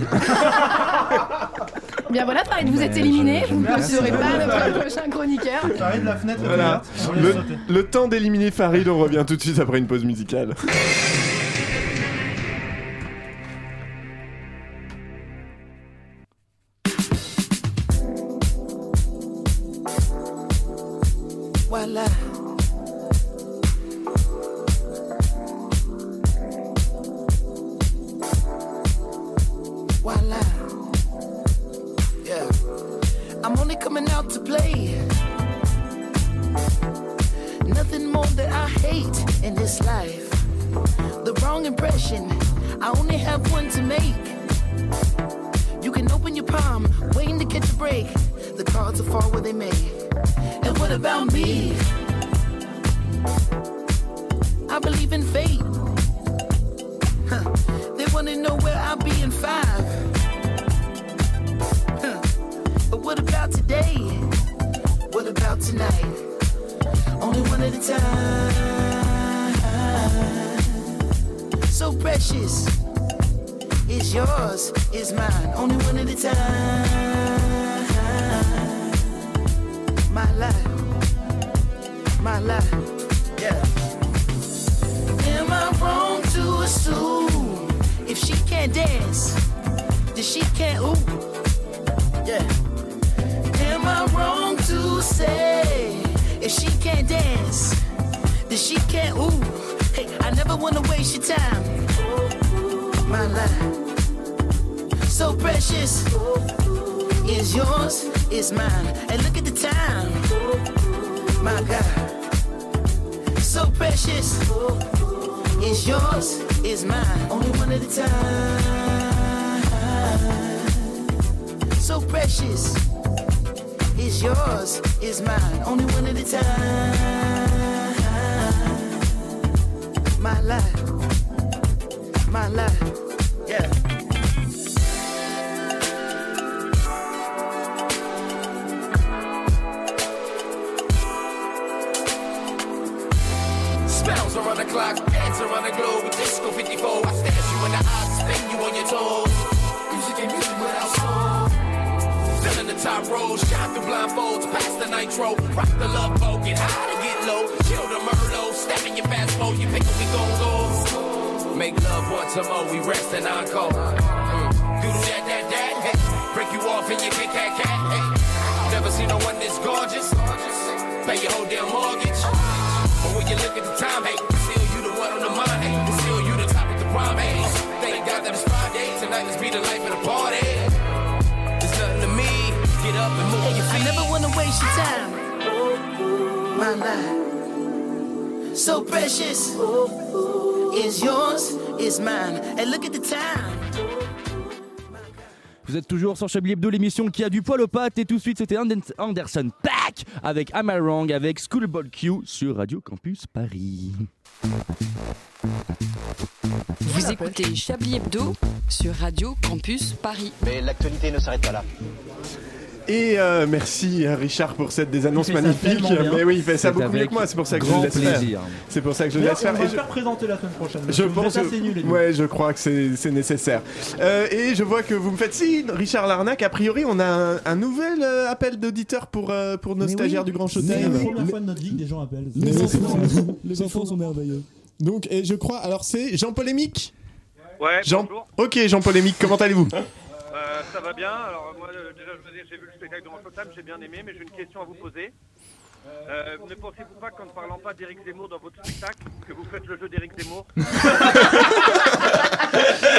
Speaker 11: Bien voilà, Farid, vous
Speaker 9: Mais
Speaker 11: êtes éliminé.
Speaker 9: je- je
Speaker 11: Vous ne
Speaker 9: me
Speaker 11: serez
Speaker 9: lasse.
Speaker 11: pas notre prochain chroniqueur.
Speaker 10: Pareil de la fenêtre, elle est
Speaker 8: Voilà.
Speaker 10: ouverte, on vient
Speaker 8: Le,
Speaker 10: sauter.
Speaker 8: le temps d'éliminer Farid, on revient tout de suite après une pause musicale.
Speaker 14: Voilà. Voilà. Yeah. I'm only coming out to play. Nothing more that I hate in this life. The wrong impression. I only have one to make. You can open your palm, waiting to catch a break. The cards will fall where they may. And what about me? I believe in fate. Huh. They wanna know where I'll be in five. Huh. But what about today? What about tonight? Only one at a time. So precious. It's yours, it's mine. Only one at a time. My life, my life, yeah. Am I wrong to assume if she can't dance, then she can't ooh? Yeah. Am I wrong to say if she can't dance, then she can't ooh? Hey, I never wanna waste your time. My life, so precious. It's yours, it's mine. And look at the time. My God, so precious. It's yours, it's mine. Only one at a time. So precious. It's yours, it's mine. Only one at a time. My life, my life. Yeah.
Speaker 15: Spells are on the clock, dance around the globe with disco 54. I stare you in the eyes, spin you on your toes. Music and music without song. Filling the top rows, shot through blindfolds, past the nitro. Rock the love boat, get high to get low. Kill the Merlot, step in your fast mode, you pick up, we gon' go. Make love once a more, we rest and encore. Mm. Do that, that, that, hey. Break you off and you kick that cat, hey. Never seen no one this gorgeous. Pay your whole damn mortgage. But when you look at the time, hey, still you the one on the mind, hey, still you the topic of the prime, hey. Thank God that it's Friday, tonight let's be the life of the party. It's nothing to me, get up and move your
Speaker 14: I
Speaker 15: feet.
Speaker 14: never wanna waste your time. My life, so precious. It's yours, it's mine. And look at the time.
Speaker 3: Vous êtes toujours sur Chablis Hebdo, l'émission qui a du poil aux pattes. Et tout de suite, c'était Anden- Anderson Pack avec Am I Wrong avec Schoolball Q sur Radio Campus Paris.
Speaker 16: Vous écoutez Chablis Hebdo sur Radio Campus Paris.
Speaker 17: Mais l'actualité ne s'arrête pas là.
Speaker 8: Et euh, merci euh, Richard pour cette des annonces
Speaker 10: fait ça
Speaker 8: magnifiques.
Speaker 10: tellement bien.
Speaker 8: Mais oui, il fait ça
Speaker 10: C'est
Speaker 8: beaucoup mieux
Speaker 10: avec
Speaker 8: que moi. C'est pour ça que je
Speaker 10: grand
Speaker 8: le laisse faire.
Speaker 10: plaisir.
Speaker 8: C'est pour ça que je le
Speaker 10: D'ailleurs,
Speaker 8: laisse
Speaker 10: on
Speaker 8: faire.
Speaker 10: va
Speaker 8: Et
Speaker 10: le
Speaker 8: je-
Speaker 10: faire présenter la semaine prochaine. parce
Speaker 8: je
Speaker 10: que vous
Speaker 8: pense
Speaker 10: êtes assez nuls, les
Speaker 8: que...
Speaker 10: deux.
Speaker 8: Ouais, je crois que c'est c'est nécessaire. Euh, et je vois que vous me faites signe, Richard Larnac. A priori, on a un, un nouvel euh, appel d'auditeur pour, euh, pour nos stagiaires du Grand
Speaker 18: C'est
Speaker 8: Showtime.
Speaker 18: la première fois de notre vie que des gens appellent.
Speaker 8: Mais
Speaker 18: Les
Speaker 8: non, c'est
Speaker 18: enfants-
Speaker 8: faux.
Speaker 18: les enfants sont merveilleux.
Speaker 8: Donc, et je crois, alors c'est Jean-Paul Émic
Speaker 12: Ouais,
Speaker 8: Jean... Ok, Jean-Paul Émic, comment allez-vous
Speaker 12: Euh, ça va bien. Alors moi, euh, déjà, je vous ai- j'ai vu le spectacle de Showtime, j'ai bien aimé, mais j'ai une question à vous poser. Euh, ne pensez-vous pas qu'en ne parlant pas d'Éric Zemmour dans votre spectacle, que vous faites le jeu d'Éric Zemmour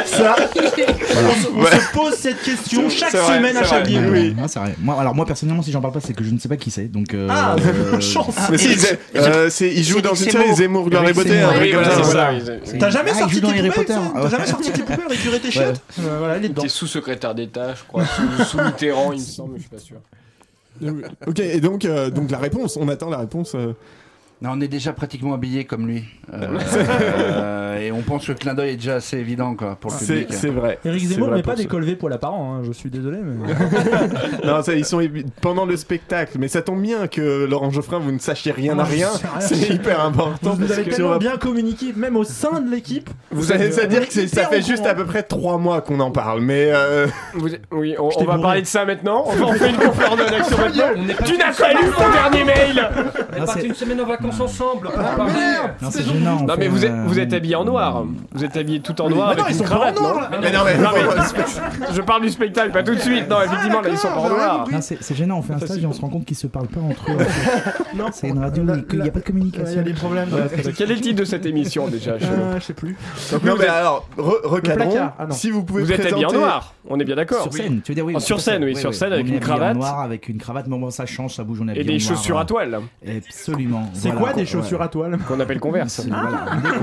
Speaker 10: Ça, on se- on
Speaker 9: Ouais.
Speaker 10: se pose cette question chaque semaine à chaque
Speaker 9: Ouais,
Speaker 10: game.
Speaker 9: ouais, ouais, c'est vrai. Moi, alors moi personnellement, si j'en parle pas, c'est que je ne sais pas qui c'est. Donc euh,
Speaker 10: Ah,
Speaker 9: euh,
Speaker 10: chance.
Speaker 9: ah,
Speaker 8: Mais si,
Speaker 9: et-
Speaker 8: ils- euh, c'est- ils jouent
Speaker 9: c'est
Speaker 8: dans
Speaker 9: Eric
Speaker 8: une série, Zemmour, Gloire et
Speaker 9: Eric
Speaker 8: Beauté,
Speaker 9: Zemmour.
Speaker 8: un truc
Speaker 9: Oui,
Speaker 8: comme
Speaker 9: voilà,
Speaker 8: ça.
Speaker 9: c'est
Speaker 8: Voilà.
Speaker 9: hein, ça.
Speaker 10: T'as jamais
Speaker 9: Ah, il
Speaker 10: sorti
Speaker 9: joue dans
Speaker 10: tes
Speaker 9: Harry
Speaker 10: poubelles,
Speaker 9: Potter.
Speaker 10: ça T'as jamais sorti tes poubelles avec du Ray Téchette Euh, Voilà, il est dedans.
Speaker 17: T'es sous-secrétaire d'État, je crois, sous, sous Mitterrand, il me semble, mais je suis pas sûr.
Speaker 8: Ok, et donc, euh, donc la réponse, on attend la réponse. euh.
Speaker 1: Non, on est déjà pratiquement habillé comme lui. Euh,
Speaker 8: C'est-
Speaker 1: euh, et on pense que le clin d'œil est déjà assez évident quoi, pour le public.
Speaker 10: Eric Zemmour n'est pas décollevé pour l'apparent, hein, je suis désolé. Mais...
Speaker 8: non, ça, ils sont évi- pendant le spectacle. Mais ça tombe bien que Laurent Geoffrin, vous ne sachiez rien à
Speaker 10: Moi, je
Speaker 8: rien.
Speaker 10: Ah, sais rien.
Speaker 8: C'est hyper important.
Speaker 10: Vous, vous
Speaker 8: parce
Speaker 10: avez
Speaker 8: que
Speaker 10: tellement
Speaker 8: on va-
Speaker 10: bien communiqué, même au sein de l'équipe.
Speaker 8: Vous allez
Speaker 10: savez
Speaker 8: ça dire que c'est- ça fait juste à peu près 3 mois qu'on en parle. Mais. euh,
Speaker 17: Oui, on,
Speaker 8: Je
Speaker 17: on
Speaker 8: t'ai
Speaker 17: va
Speaker 8: bourré.
Speaker 17: parler de ça maintenant. On fait une conférence de rédaction
Speaker 8: On est
Speaker 17: maintenant.
Speaker 8: pas
Speaker 17: Tu n'as
Speaker 8: sur-
Speaker 17: pas lu mon dernier mail
Speaker 9: Ah,
Speaker 17: On est
Speaker 8: parti
Speaker 17: parti une semaine en vacances ensemble.
Speaker 8: Ah,
Speaker 9: Non, c'est gênant.
Speaker 17: Non,
Speaker 9: on
Speaker 17: mais
Speaker 9: fait,
Speaker 17: vous êtes,
Speaker 9: euh,
Speaker 17: vous êtes habillé en noir. Vous êtes habillé tout en noir.
Speaker 9: Mais non,
Speaker 17: avec
Speaker 9: ils
Speaker 17: une
Speaker 9: sont pas en
Speaker 17: cravate,
Speaker 9: noir,
Speaker 17: non
Speaker 9: là.
Speaker 17: Mais non, mais-
Speaker 9: Non, mais-
Speaker 17: je parle du spectacle, pas tout de suite. Non, évidemment, là, ils sont pas en
Speaker 8: Ah,
Speaker 17: noir.
Speaker 9: Non, c'est c'est gênant, on fait un stage et on se rend compte qu'ils se parlent pas entre eux. non, c'est une radio, où il n'y a pas de communication.
Speaker 10: il y a des problèmes.
Speaker 17: Euh, Quel est le titre de cette émission déjà je-
Speaker 10: Euh, je sais plus.
Speaker 17: Donc,
Speaker 8: Non,
Speaker 17: vous
Speaker 8: mais
Speaker 17: êtes-
Speaker 8: alors, re- recadrons.
Speaker 17: Le placard.
Speaker 10: Ah, non.
Speaker 8: si vous pouvez
Speaker 17: Vous êtes habillé en
Speaker 8: présenter-
Speaker 17: noir, on est bien d'accord.
Speaker 9: Sur scène, tu veux dire oui.
Speaker 17: En
Speaker 9: on
Speaker 17: sur
Speaker 9: fait
Speaker 17: scène, oui, sur scène, avec
Speaker 9: On est
Speaker 17: une
Speaker 9: habillé en
Speaker 17: cravate.
Speaker 9: noir, avec une cravate, mais bon, ça change, ça bouge, on est
Speaker 17: Et
Speaker 9: habillé
Speaker 17: des
Speaker 9: en noir, hein.
Speaker 17: chaussures à
Speaker 9: voilà.
Speaker 17: toile.
Speaker 9: Absolument.
Speaker 10: C'est
Speaker 9: Voilà,
Speaker 10: quoi
Speaker 9: ouais.
Speaker 10: des chaussures à toile
Speaker 17: Qu'on appelle Converse.
Speaker 5: Ah.
Speaker 9: Voilà.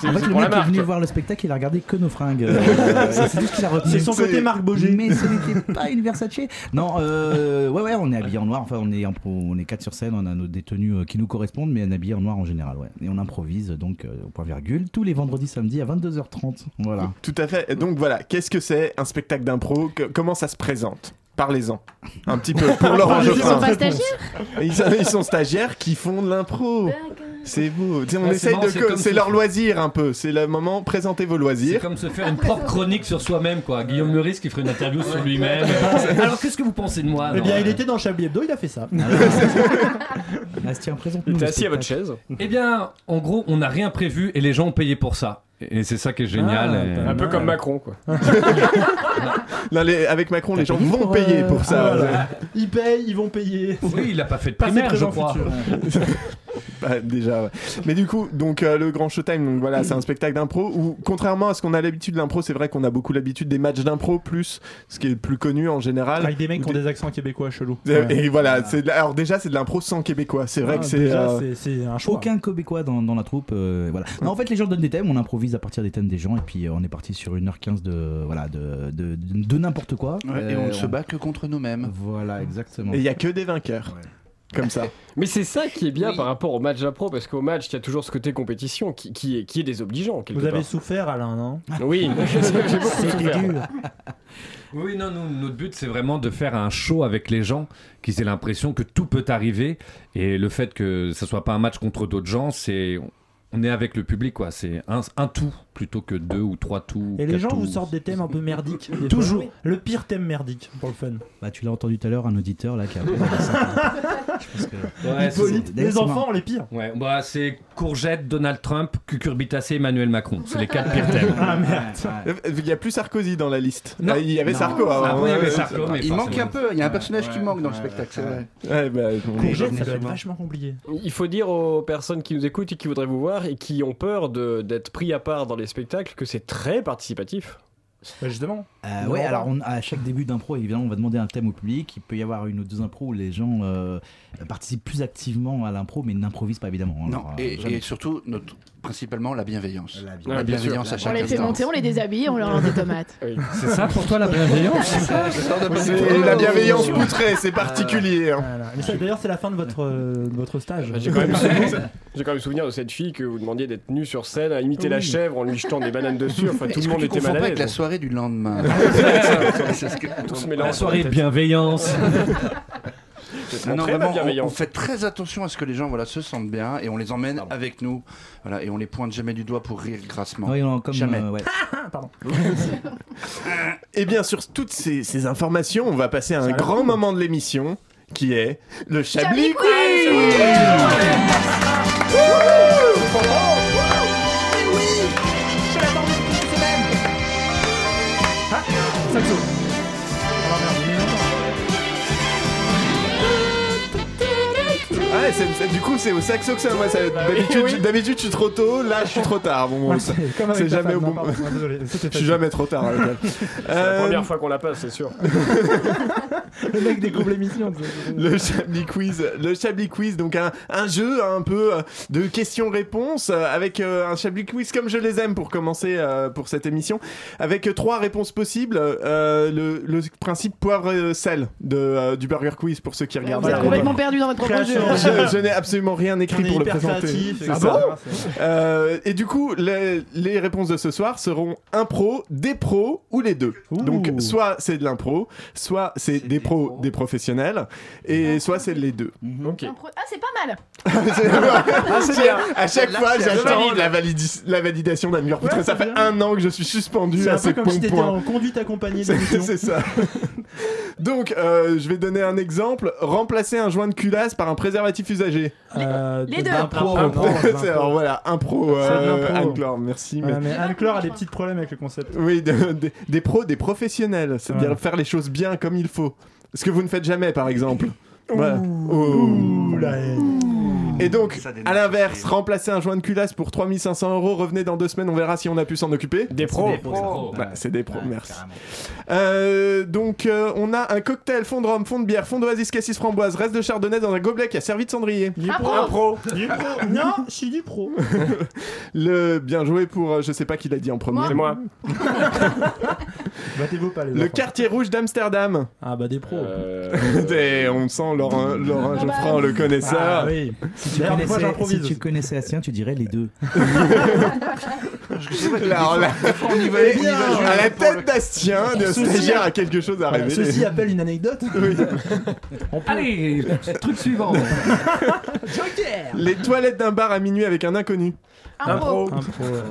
Speaker 17: C'est
Speaker 9: En
Speaker 17: c'est
Speaker 9: fait, le
Speaker 17: pour la
Speaker 9: mec est
Speaker 17: marque.
Speaker 9: venu voir le spectacle, il a regardé que nos fringues. Euh, c'est tout ce qu'il a retenu.
Speaker 10: C'est son côté Marc Boger.
Speaker 9: Mais ce n'était pas une Versace. Non, euh, ouais, ouais, on est habillé en noir. Enfin, on est, en pro- on est quatre sur scène, on a nos détenus euh, qui nous correspondent, mais on est habillé en noir en général, ouais. Et on improvise donc euh, au point virgule tous les vendredis, samedis à 22h30. Voilà.
Speaker 8: Tout à fait. Et Donc voilà, qu'est-ce que c'est un spectacle d'impro Que- Comment ça se présente Parlez-en. Un petit peu pour Laurent
Speaker 11: Ils sont
Speaker 8: Geoffrin.
Speaker 11: pas stagiaires
Speaker 8: Ils sont, ils sont stagiaires qui font de l'impro. C'est beau. Tu sais, on
Speaker 17: Ah, c'est
Speaker 8: essaye
Speaker 17: marrant,
Speaker 8: de.
Speaker 17: c'est
Speaker 8: co-
Speaker 17: comme
Speaker 8: C'est
Speaker 17: se-
Speaker 8: leur loisir un peu. C'est le moment. Présentez vos
Speaker 13: C'est
Speaker 8: loisirs.
Speaker 13: comme se faire une propre chronique sur soi-même, quoi. Guillaume Meurice qui ferait une interview sur lui-même. Alors, qu'est-ce que vous pensez de moi
Speaker 10: Eh
Speaker 13: Non,
Speaker 10: bien, il
Speaker 13: euh,
Speaker 10: était dans Chablis Hebdo, il a fait ça.
Speaker 9: Ah, Bastien,
Speaker 17: Il
Speaker 9: présente-nous.
Speaker 17: était
Speaker 9: le
Speaker 17: assis à votre
Speaker 9: spectacle.
Speaker 17: chaise.
Speaker 13: Eh bien, en gros, on n'a rien prévu et les gens ont payé pour ça. Et c'est ça qui est génial.
Speaker 17: Ah,
Speaker 13: et-
Speaker 17: Un peu comme Macron, quoi.
Speaker 8: Là, les- avec Macron, les gens
Speaker 13: payé
Speaker 8: vont
Speaker 13: pour,
Speaker 8: payer
Speaker 13: euh,
Speaker 8: pour ça.
Speaker 13: ah, voilà.
Speaker 10: Ils payent, ils vont payer.
Speaker 13: Oui, il a pas fait de
Speaker 10: Passé,
Speaker 13: primaire, je
Speaker 10: présent,
Speaker 13: crois.
Speaker 10: futur.
Speaker 8: Bah, déjà, ouais. mais du coup, donc euh, le grand showtime, donc voilà, c'est un spectacle d'impro où, contrairement à ce qu'on a l'habitude de l'impro, c'est vrai qu'on a beaucoup l'habitude des matchs d'impro plus ce qui est le plus connu en général.
Speaker 10: Avec des mecs qui ont des accents québécois chelous.
Speaker 8: Euh, Et voilà, c'est de la- alors déjà c'est de l'impro sans québécois. C'est vrai
Speaker 10: Ah,
Speaker 8: que c'est
Speaker 10: déjà,
Speaker 8: euh,
Speaker 10: c'est- c'est un choix.
Speaker 9: Aucun Québécois dans, dans la troupe. euh, voilà. Non, en fait, les gens donnent des thèmes, on improvise à partir des thèmes des gens, et puis euh, on est parti sur 1h15 de, voilà, de, de, de- de n'importe quoi. Euh,
Speaker 1: Ouais, et on ne se bat que contre nous-mêmes.
Speaker 9: Voilà, exactement.
Speaker 8: et il y a que des vainqueurs. Comme ça.
Speaker 17: Mais c'est ça qui est bien par rapport au match d'impro, parce qu'au match, il y a toujours ce côté compétition qui, qui est, qui est désobligeant, quelque
Speaker 10: Vous avez
Speaker 17: part.
Speaker 10: souffert, Alain, non
Speaker 17: Oui, j'ai beaucoup
Speaker 10: C'était
Speaker 17: souffert.
Speaker 10: dur.
Speaker 13: Oui, non, nous, notre but, c'est vraiment de faire un show avec les gens, qu'ils aient l'impression que tout peut arriver. Et le fait que ça soit pas un match contre d'autres gens, c'est. On est avec le public, quoi. C'est un, un tout plutôt que deux ou trois tout.
Speaker 10: Et les gens vous sortent des thèmes un peu merdiques. des fois.
Speaker 13: Toujours.
Speaker 10: Le pire thème merdique, pour le fun.
Speaker 9: Bah, tu l'as entendu tout à l'heure, un auditeur là qui a. Je pense que-
Speaker 10: Hippolyte,
Speaker 9: c'est-
Speaker 10: les
Speaker 9: c'est
Speaker 10: enfants,
Speaker 9: marrant.
Speaker 10: les pires.
Speaker 13: Ouais, bah c'est courgette, Donald Trump, cucurbitacé, Emmanuel Macron. C'est les quatre pires thèmes.
Speaker 10: Ah merde.
Speaker 8: Il y a plus Sarkozy dans la liste.
Speaker 13: Non.
Speaker 8: Ah, Il y avait
Speaker 13: Non.
Speaker 8: Sarko avant.
Speaker 13: Ah oui, il y avait
Speaker 8: Ouais,
Speaker 13: Sarko, mais
Speaker 1: Il
Speaker 13: forcément.
Speaker 1: manque un peu, il y a un personnage qui manque dans le spectacle, c'est vrai.
Speaker 8: Ouais, bah,
Speaker 17: Euh,
Speaker 8: on-
Speaker 10: Courgette, ça doit être vachement compliqué.
Speaker 17: Il faut dire aux personnes qui nous écoutent et qui voudraient vous voir et qui ont peur de- d'être pris à part dans les spectacles que c'est très participatif.
Speaker 10: Bah, justement.
Speaker 9: Euh, ouais, alors on- à chaque début d'impro, évidemment, on va demander un thème au public. Il peut y avoir une ou deux impros où les gens euh, participent plus activement à l'impro, mais n'improvisent pas évidemment.
Speaker 1: Non,
Speaker 9: Alors, euh,
Speaker 1: et,
Speaker 9: jamais.
Speaker 1: et surtout, notre principalement la bienveillance. La,
Speaker 11: bienveillance.
Speaker 1: bienveillance à
Speaker 11: On
Speaker 1: chaque
Speaker 11: les fait
Speaker 1: instant.
Speaker 11: monter, on les déshabille, on leur lance des tomates.
Speaker 1: C'est ça pour toi la bienveillance
Speaker 8: C'est la bienveillance poutrée, c'est particulier. hein.
Speaker 10: Voilà. Mais ça, D'ailleurs, c'est la fin de votre, euh, de votre stage.
Speaker 5: Ah, J'ai quand, même souvenir- j'ai quand même souvenir de cette fille que vous demandiez d'être nue sur scène, à imiter la
Speaker 1: Oui.
Speaker 5: chèvre en lui jetant des bananes dessus. Enfin, tout
Speaker 1: Est-ce
Speaker 5: le
Speaker 1: que
Speaker 5: monde
Speaker 1: tu
Speaker 5: était
Speaker 1: confonds
Speaker 5: mal
Speaker 1: pas
Speaker 5: à
Speaker 1: avec
Speaker 5: l'aise.
Speaker 1: la soirée du lendemain C'est ce que-
Speaker 5: Tout se mélange.
Speaker 1: La soirée de
Speaker 13: bienveillance.
Speaker 1: Non, non,
Speaker 5: Très
Speaker 1: vraiment, on,
Speaker 5: bienveillant.
Speaker 1: on fait très attention à ce que les gens voilà, se sentent bien et on les emmène avec nous. Voilà, et on les pointe jamais du doigt pour rire grassement.
Speaker 8: Oui, non, comme,
Speaker 1: jamais.
Speaker 8: euh, ouais.
Speaker 17: Ah,
Speaker 10: Pardon.
Speaker 8: Et Euh, eh bien, sur toutes ces, ces informations, on va passer à un grand moment de l'émission qui est le Chablis
Speaker 19: Chablis
Speaker 8: Quiz Ah, c'est- c'est- du coup, c'est au saxo que ça. Moi, ça- d'habitude, tu- d'habitude, je suis trop tôt. Là, je suis trop tard. Bon,
Speaker 10: Bah Ouais,
Speaker 8: ça-
Speaker 10: c'est comme avec
Speaker 8: c'est
Speaker 10: ta
Speaker 8: jamais
Speaker 10: femme,
Speaker 8: au bon.
Speaker 10: non, pardon, désolé, c'était
Speaker 8: je suis
Speaker 10: facile.
Speaker 8: jamais trop tard. avec elle.
Speaker 5: C'est la
Speaker 8: Euh,
Speaker 5: première fois qu'on la passe, c'est sûr.
Speaker 10: Le mec découvre l'émission. tu sais.
Speaker 8: Le Chablis Quiz, le Chablis Quiz, donc un, un jeu un peu euh, de questions-réponses euh, avec euh, un Chablis Quiz comme je les aime pour commencer euh, pour cette émission, avec euh, trois réponses possibles. euh, le, le principe poivre euh, sel de, euh, du Burger Quiz pour ceux qui regardent.
Speaker 11: Vous êtes
Speaker 8: Euh,
Speaker 11: complètement perdu dans votre propre jeu.
Speaker 8: je, je n'ai absolument rien écrit
Speaker 11: On est
Speaker 8: pour le
Speaker 11: hyper
Speaker 8: présenter.
Speaker 11: créatif,
Speaker 8: C'est
Speaker 11: etc.
Speaker 8: ça.
Speaker 11: C'est-
Speaker 8: Euh, et du coup, les, les réponses de ce soir seront un pro, des pros ou les deux. Donc, soit c'est de l'impro, soit c'est des, pros, des professionnels, et soit c'est les deux. Ah,
Speaker 11: Ah, c'est pas mal.
Speaker 8: C'est- À chaque
Speaker 11: Là,
Speaker 8: fois,
Speaker 11: c'est la
Speaker 8: j'attends
Speaker 11: valide.
Speaker 8: la, validi- la validation d'Amir Poutre.
Speaker 10: Ouais,
Speaker 8: ça
Speaker 10: c'est
Speaker 8: fait
Speaker 10: bien.
Speaker 8: un an que je suis suspendu
Speaker 10: C'est
Speaker 8: à
Speaker 10: un peu
Speaker 8: ces
Speaker 10: comme si t'étais en
Speaker 8: pompons.
Speaker 10: conduite accompagnée de
Speaker 8: C'est
Speaker 10: l'émission.
Speaker 8: c'est ça. Donc, euh, je vais donner un exemple. Remplacer un joint de culasse par un préservatif usagé.
Speaker 10: Euh,
Speaker 11: Les de- deux.
Speaker 10: d'impro,
Speaker 8: Un
Speaker 10: d'impro,
Speaker 8: pro.
Speaker 10: d'impro.
Speaker 8: C'est- alors voilà, un pro,
Speaker 10: C'est de
Speaker 8: euh,
Speaker 10: l'impro.
Speaker 8: Anne-Claure, merci.
Speaker 10: Ouais,
Speaker 8: mais-
Speaker 10: mais Anne-Claire a des petits problèmes avec le concept.
Speaker 8: Oui, de- des- des pros, des professionnels. C'est-à-dire
Speaker 10: Voilà.
Speaker 8: faire les choses bien comme il faut. Ce que vous ne faites jamais, par exemple. Voilà.
Speaker 10: Ouh, la haine.
Speaker 8: Et donc, à l'inverse, remplacer un joint de culasse pour 3500 euros, revenez dans deux semaines, on verra si on a pu s'en occuper. Des
Speaker 5: pros. des pros, ça.
Speaker 8: Bah, c'est des pros, merci. Euh, donc, euh, on a un cocktail fond de rhum, fond de bière, fond d'oasis, cassis framboise, reste de chardonnay dans un gobelet qui a servi de cendrier.
Speaker 10: Du pro.
Speaker 8: Un pro.
Speaker 10: Du pro. Non, je suis du pro.
Speaker 8: Le bien joué pour, euh, je sais pas qui l'a dit en premier.
Speaker 10: Moi. C'est moi. Battez-vous pas, les
Speaker 8: Le
Speaker 10: enfants.
Speaker 8: quartier rouge d'Amsterdam.
Speaker 10: Ah bah des pros.
Speaker 8: Et on sent Laurent, Laurent Geoffrin, le connaisseur.
Speaker 10: Ah oui.
Speaker 9: Si tu,
Speaker 10: Ah, bah, D'ailleurs, moi,
Speaker 9: connaissais, si
Speaker 10: j'improvise.
Speaker 9: tu connaissais Astien, tu dirais les deux.
Speaker 8: Alors là,
Speaker 1: on y va, on y va, je-
Speaker 8: à la tête d'Astien, le
Speaker 10: Ceci-
Speaker 8: stagiaire a quelque chose à
Speaker 10: Voilà,
Speaker 8: révéler.
Speaker 10: Ceci appelle une anecdote.
Speaker 13: Allez, truc suivant.
Speaker 8: Les toilettes d'un bar à minuit avec un inconnu.
Speaker 11: Un pro.
Speaker 5: Euh,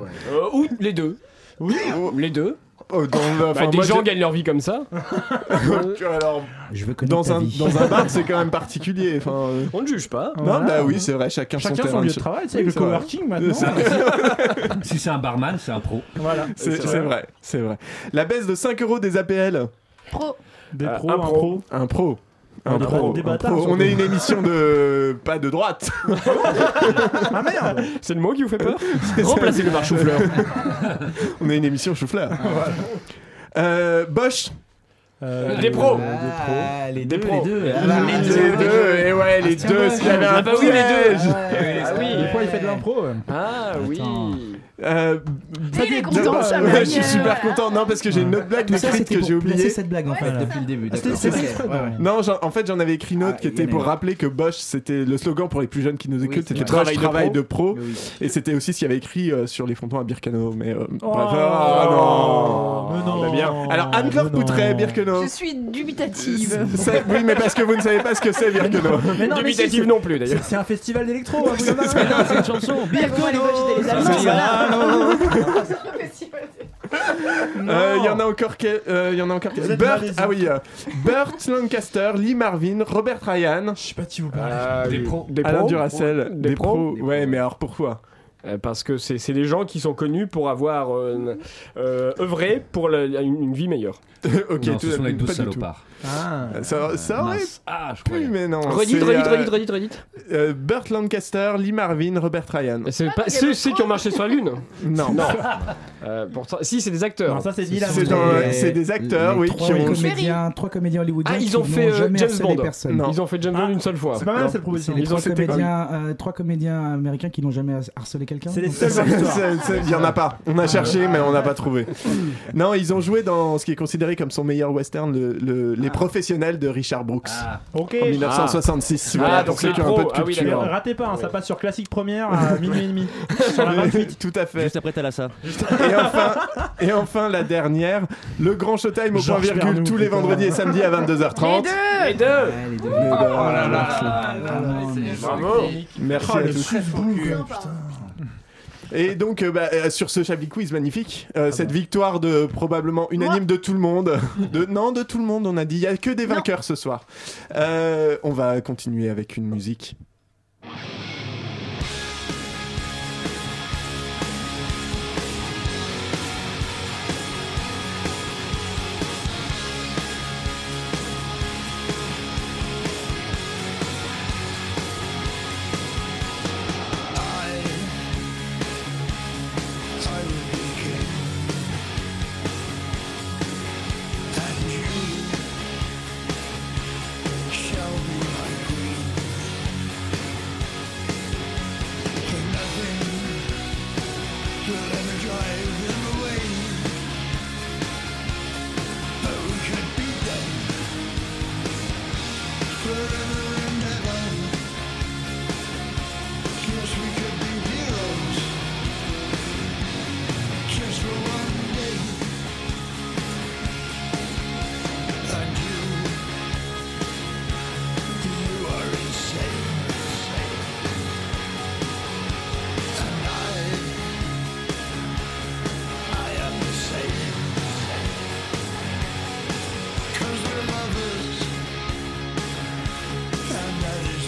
Speaker 5: ou les deux.
Speaker 8: Oui.
Speaker 5: Oh, Les deux.
Speaker 8: Bah,
Speaker 5: Bah,
Speaker 8: enfin,
Speaker 5: des
Speaker 8: moi,
Speaker 5: gens
Speaker 8: je-
Speaker 5: gagnent leur vie comme ça.
Speaker 8: Alors,
Speaker 9: Je veux connaître
Speaker 8: Oh, dans
Speaker 9: ta
Speaker 8: un,
Speaker 9: vie.
Speaker 8: dans un bar, c'est quand même particulier. Enfin, euh,
Speaker 5: On ne juge pas.
Speaker 8: Non,
Speaker 5: Voilà.
Speaker 8: bah oui, c'est vrai, chacun,
Speaker 10: Chacun
Speaker 8: son,
Speaker 10: son
Speaker 8: terrain
Speaker 10: lieu de
Speaker 8: jeu.
Speaker 10: travail, tu sais,
Speaker 8: Oui,
Speaker 10: avec le
Speaker 8: c'est vrai.
Speaker 10: coworking, maintenant.
Speaker 8: C'est-
Speaker 13: si c'est un barman, c'est un pro.
Speaker 10: Voilà.
Speaker 8: C'est c'est vrai, c'est vrai. La baisse de 5 euros des APL.
Speaker 11: Pro.
Speaker 10: Des
Speaker 8: Euh,
Speaker 10: pros,
Speaker 8: un
Speaker 10: un
Speaker 8: pro.
Speaker 10: pro.
Speaker 8: Un pro.
Speaker 10: Ah,
Speaker 8: Un
Speaker 10: des
Speaker 8: pro,
Speaker 10: ba- des
Speaker 8: un
Speaker 10: bâtards,
Speaker 8: pro.
Speaker 10: surtout.
Speaker 8: On est une émission de. pas de droite.
Speaker 5: C'est le mot qui vous fait peur Remplacez le bar chou-fleur.
Speaker 8: On est une émission chou-fleur. Euh, Bosch.
Speaker 10: Euh,
Speaker 5: Des pros.
Speaker 9: Ah, les
Speaker 5: Des
Speaker 9: deux,
Speaker 5: pros.
Speaker 9: les deux.
Speaker 5: Les
Speaker 9: Ah,
Speaker 8: Les
Speaker 9: ah,
Speaker 8: deux, et ouais, les
Speaker 9: Astien
Speaker 8: deux,
Speaker 9: Bosch.
Speaker 8: s'il y avait un
Speaker 5: Ah bah oui, les deux.
Speaker 8: piège.
Speaker 5: Ah oui.
Speaker 10: Des fois, il fait de l'impro. ouais.
Speaker 5: Ah oui.
Speaker 8: Euh,
Speaker 11: Et il est content,
Speaker 8: non,
Speaker 11: Chabrol,
Speaker 8: ouais, je suis
Speaker 11: euh,
Speaker 8: super content. Non, parce que j'ai une autre blague
Speaker 9: Tout Ah, ça,
Speaker 8: écrite
Speaker 9: c'était
Speaker 8: que
Speaker 9: pour
Speaker 8: j'ai oubliée.
Speaker 9: placer cette blague en fait
Speaker 10: Voilà.
Speaker 9: depuis le début.
Speaker 10: Ah, c'était-
Speaker 9: d'accord.
Speaker 10: c'était
Speaker 9: Ok,
Speaker 10: exprès,
Speaker 9: ouais, ouais.
Speaker 8: Non, j'en- en fait, j'en avais écrit une autre qui
Speaker 9: il y
Speaker 8: était
Speaker 9: en a
Speaker 8: pour
Speaker 9: une.
Speaker 8: rappeler que Bosch, c'était le slogan pour les plus jeunes qui nous écoutent,
Speaker 9: c'est
Speaker 8: c'était
Speaker 9: vrai.
Speaker 8: Bosch, travail
Speaker 9: Travail
Speaker 8: de
Speaker 9: de
Speaker 8: pro.
Speaker 9: Oui.
Speaker 8: Et c'était aussi ce qu'il y avait écrit euh, sur les frontons à Birkenau. Mais euh,
Speaker 10: Oh,
Speaker 8: bref, ah, non,
Speaker 10: mais non.
Speaker 8: Bah bien. Alors, Anne-Claire
Speaker 10: Mais non.
Speaker 8: Poutret, Birkenau.
Speaker 20: Je suis dubitative.
Speaker 8: C'est- Oui, mais parce que vous ne savez pas ce que c'est Birkenau.
Speaker 10: Mais non, mais si,
Speaker 5: Dubitative non plus
Speaker 10: c'est-
Speaker 5: d'ailleurs.
Speaker 10: C'est un festival d'électro. hein, vous en avez un
Speaker 21: C'est une chanson.
Speaker 11: Bientôt, les Belges et les Allemands.
Speaker 8: Euh, Il y en a encore que- euh, il y en a encore que-
Speaker 10: Vous êtes
Speaker 8: Burt,
Speaker 10: malaisant.
Speaker 8: ah oui, euh, Burt Lancaster, Lee Marvin, Robert Ryan,
Speaker 10: Je sais pas de qui vous parlez.
Speaker 8: Ah,
Speaker 13: Des pros.
Speaker 5: Ah, Des
Speaker 8: Alain
Speaker 5: pros.
Speaker 8: Duracell, des,
Speaker 5: Des
Speaker 8: pros,
Speaker 5: pros.
Speaker 8: ouais, mais alors pourquoi
Speaker 5: Euh, Parce que c'est c'est des gens qui sont connus pour avoir euh, euh, œuvré pour la- une, une vie meilleure.
Speaker 8: Ok,
Speaker 13: non,
Speaker 8: tout
Speaker 13: ce sont
Speaker 8: à-
Speaker 13: les 12
Speaker 8: pas du tout. Euh,
Speaker 13: salopards. Euh,
Speaker 10: Ah.
Speaker 8: Ça, ça aurait
Speaker 13: Mince. Ah, je
Speaker 8: pu,
Speaker 13: croyais.
Speaker 8: mais non.
Speaker 5: Redite,
Speaker 8: c'est,
Speaker 5: redite,
Speaker 8: euh,
Speaker 5: redite, redite, redite.
Speaker 8: euh, Burt Lancaster, Lee Marvin, Robert Ryan.
Speaker 5: C'est
Speaker 11: Ah,
Speaker 5: pas
Speaker 11: donc il y
Speaker 5: ceux
Speaker 11: avait
Speaker 5: ceux
Speaker 11: trop.
Speaker 5: qui ont marché sur la lune.
Speaker 8: Non.
Speaker 5: Non. Euh, pourtant, si c'est des acteurs.
Speaker 10: Non, ça, c'est Dylan.
Speaker 8: C'est dans-
Speaker 9: Et
Speaker 8: c'est des acteurs,
Speaker 9: les
Speaker 8: oui,
Speaker 9: trois
Speaker 8: qui ont-
Speaker 9: comédiens, trois comédiens hollywoodiens.
Speaker 5: ah,
Speaker 9: qui
Speaker 5: ils ont
Speaker 9: n'ont
Speaker 5: fait euh,
Speaker 9: jamais
Speaker 5: James
Speaker 9: harcelé
Speaker 5: Bond.
Speaker 9: personne.
Speaker 8: Non.
Speaker 5: Ils ont fait James Bond une seule fois.
Speaker 10: C'est pas mal cette proposition.
Speaker 9: C'est les
Speaker 5: Ils ont
Speaker 9: trois
Speaker 5: c'était
Speaker 9: comédiens, euh, trois comédiens américains qui n'ont jamais harcelé quelqu'un
Speaker 10: C'est les
Speaker 9: Donc,
Speaker 10: seuls
Speaker 9: ça-
Speaker 10: victoires.
Speaker 9: ça-
Speaker 8: C'est- c'est- Il y en a pas. On a cherché, mais on n'a pas trouvé. Non, ils ont joué dans ce qui est considéré comme son meilleur western, le- le- Les Professionnels de Richard Brooks.
Speaker 10: Ah, Ok.
Speaker 8: En 1966.
Speaker 10: Ah.
Speaker 8: voilà,
Speaker 10: Ah,
Speaker 8: pour
Speaker 10: donc
Speaker 8: ceux
Speaker 10: les
Speaker 8: qui ont un peu
Speaker 10: pros.
Speaker 8: de
Speaker 10: Ah oui,
Speaker 8: culture.
Speaker 10: d'accord. Ratez pas, hein, ça passe sur Classique Première à minuit et demi. Sur la 28.
Speaker 8: Tout à fait.
Speaker 3: Juste après Talassa.
Speaker 8: Et enfin, et enfin, la dernière, le grand showtime au point
Speaker 10: Georges
Speaker 8: virgule
Speaker 10: Bernoux,
Speaker 8: tous les
Speaker 10: putain. Oh
Speaker 8: vendredis et samedis à 22h30.
Speaker 11: Les deux
Speaker 8: Les deux. Merci.
Speaker 10: Bravo.
Speaker 8: Merci
Speaker 10: Ah, Oh,
Speaker 8: à
Speaker 10: le
Speaker 8: tous.
Speaker 10: stress pour le cul.
Speaker 8: Et donc, euh, bah, euh, sur ce Chablis Quiz magnifique, euh,
Speaker 10: Ah
Speaker 8: cette victoire de probablement unanime de tout le monde. De, non, de tout le monde, on a dit. Il n'y a que des vainqueurs ce soir. Euh, on va continuer avec une musique.
Speaker 19: Just for one day And you You are insane And I I am the same Cause we're lovers And that is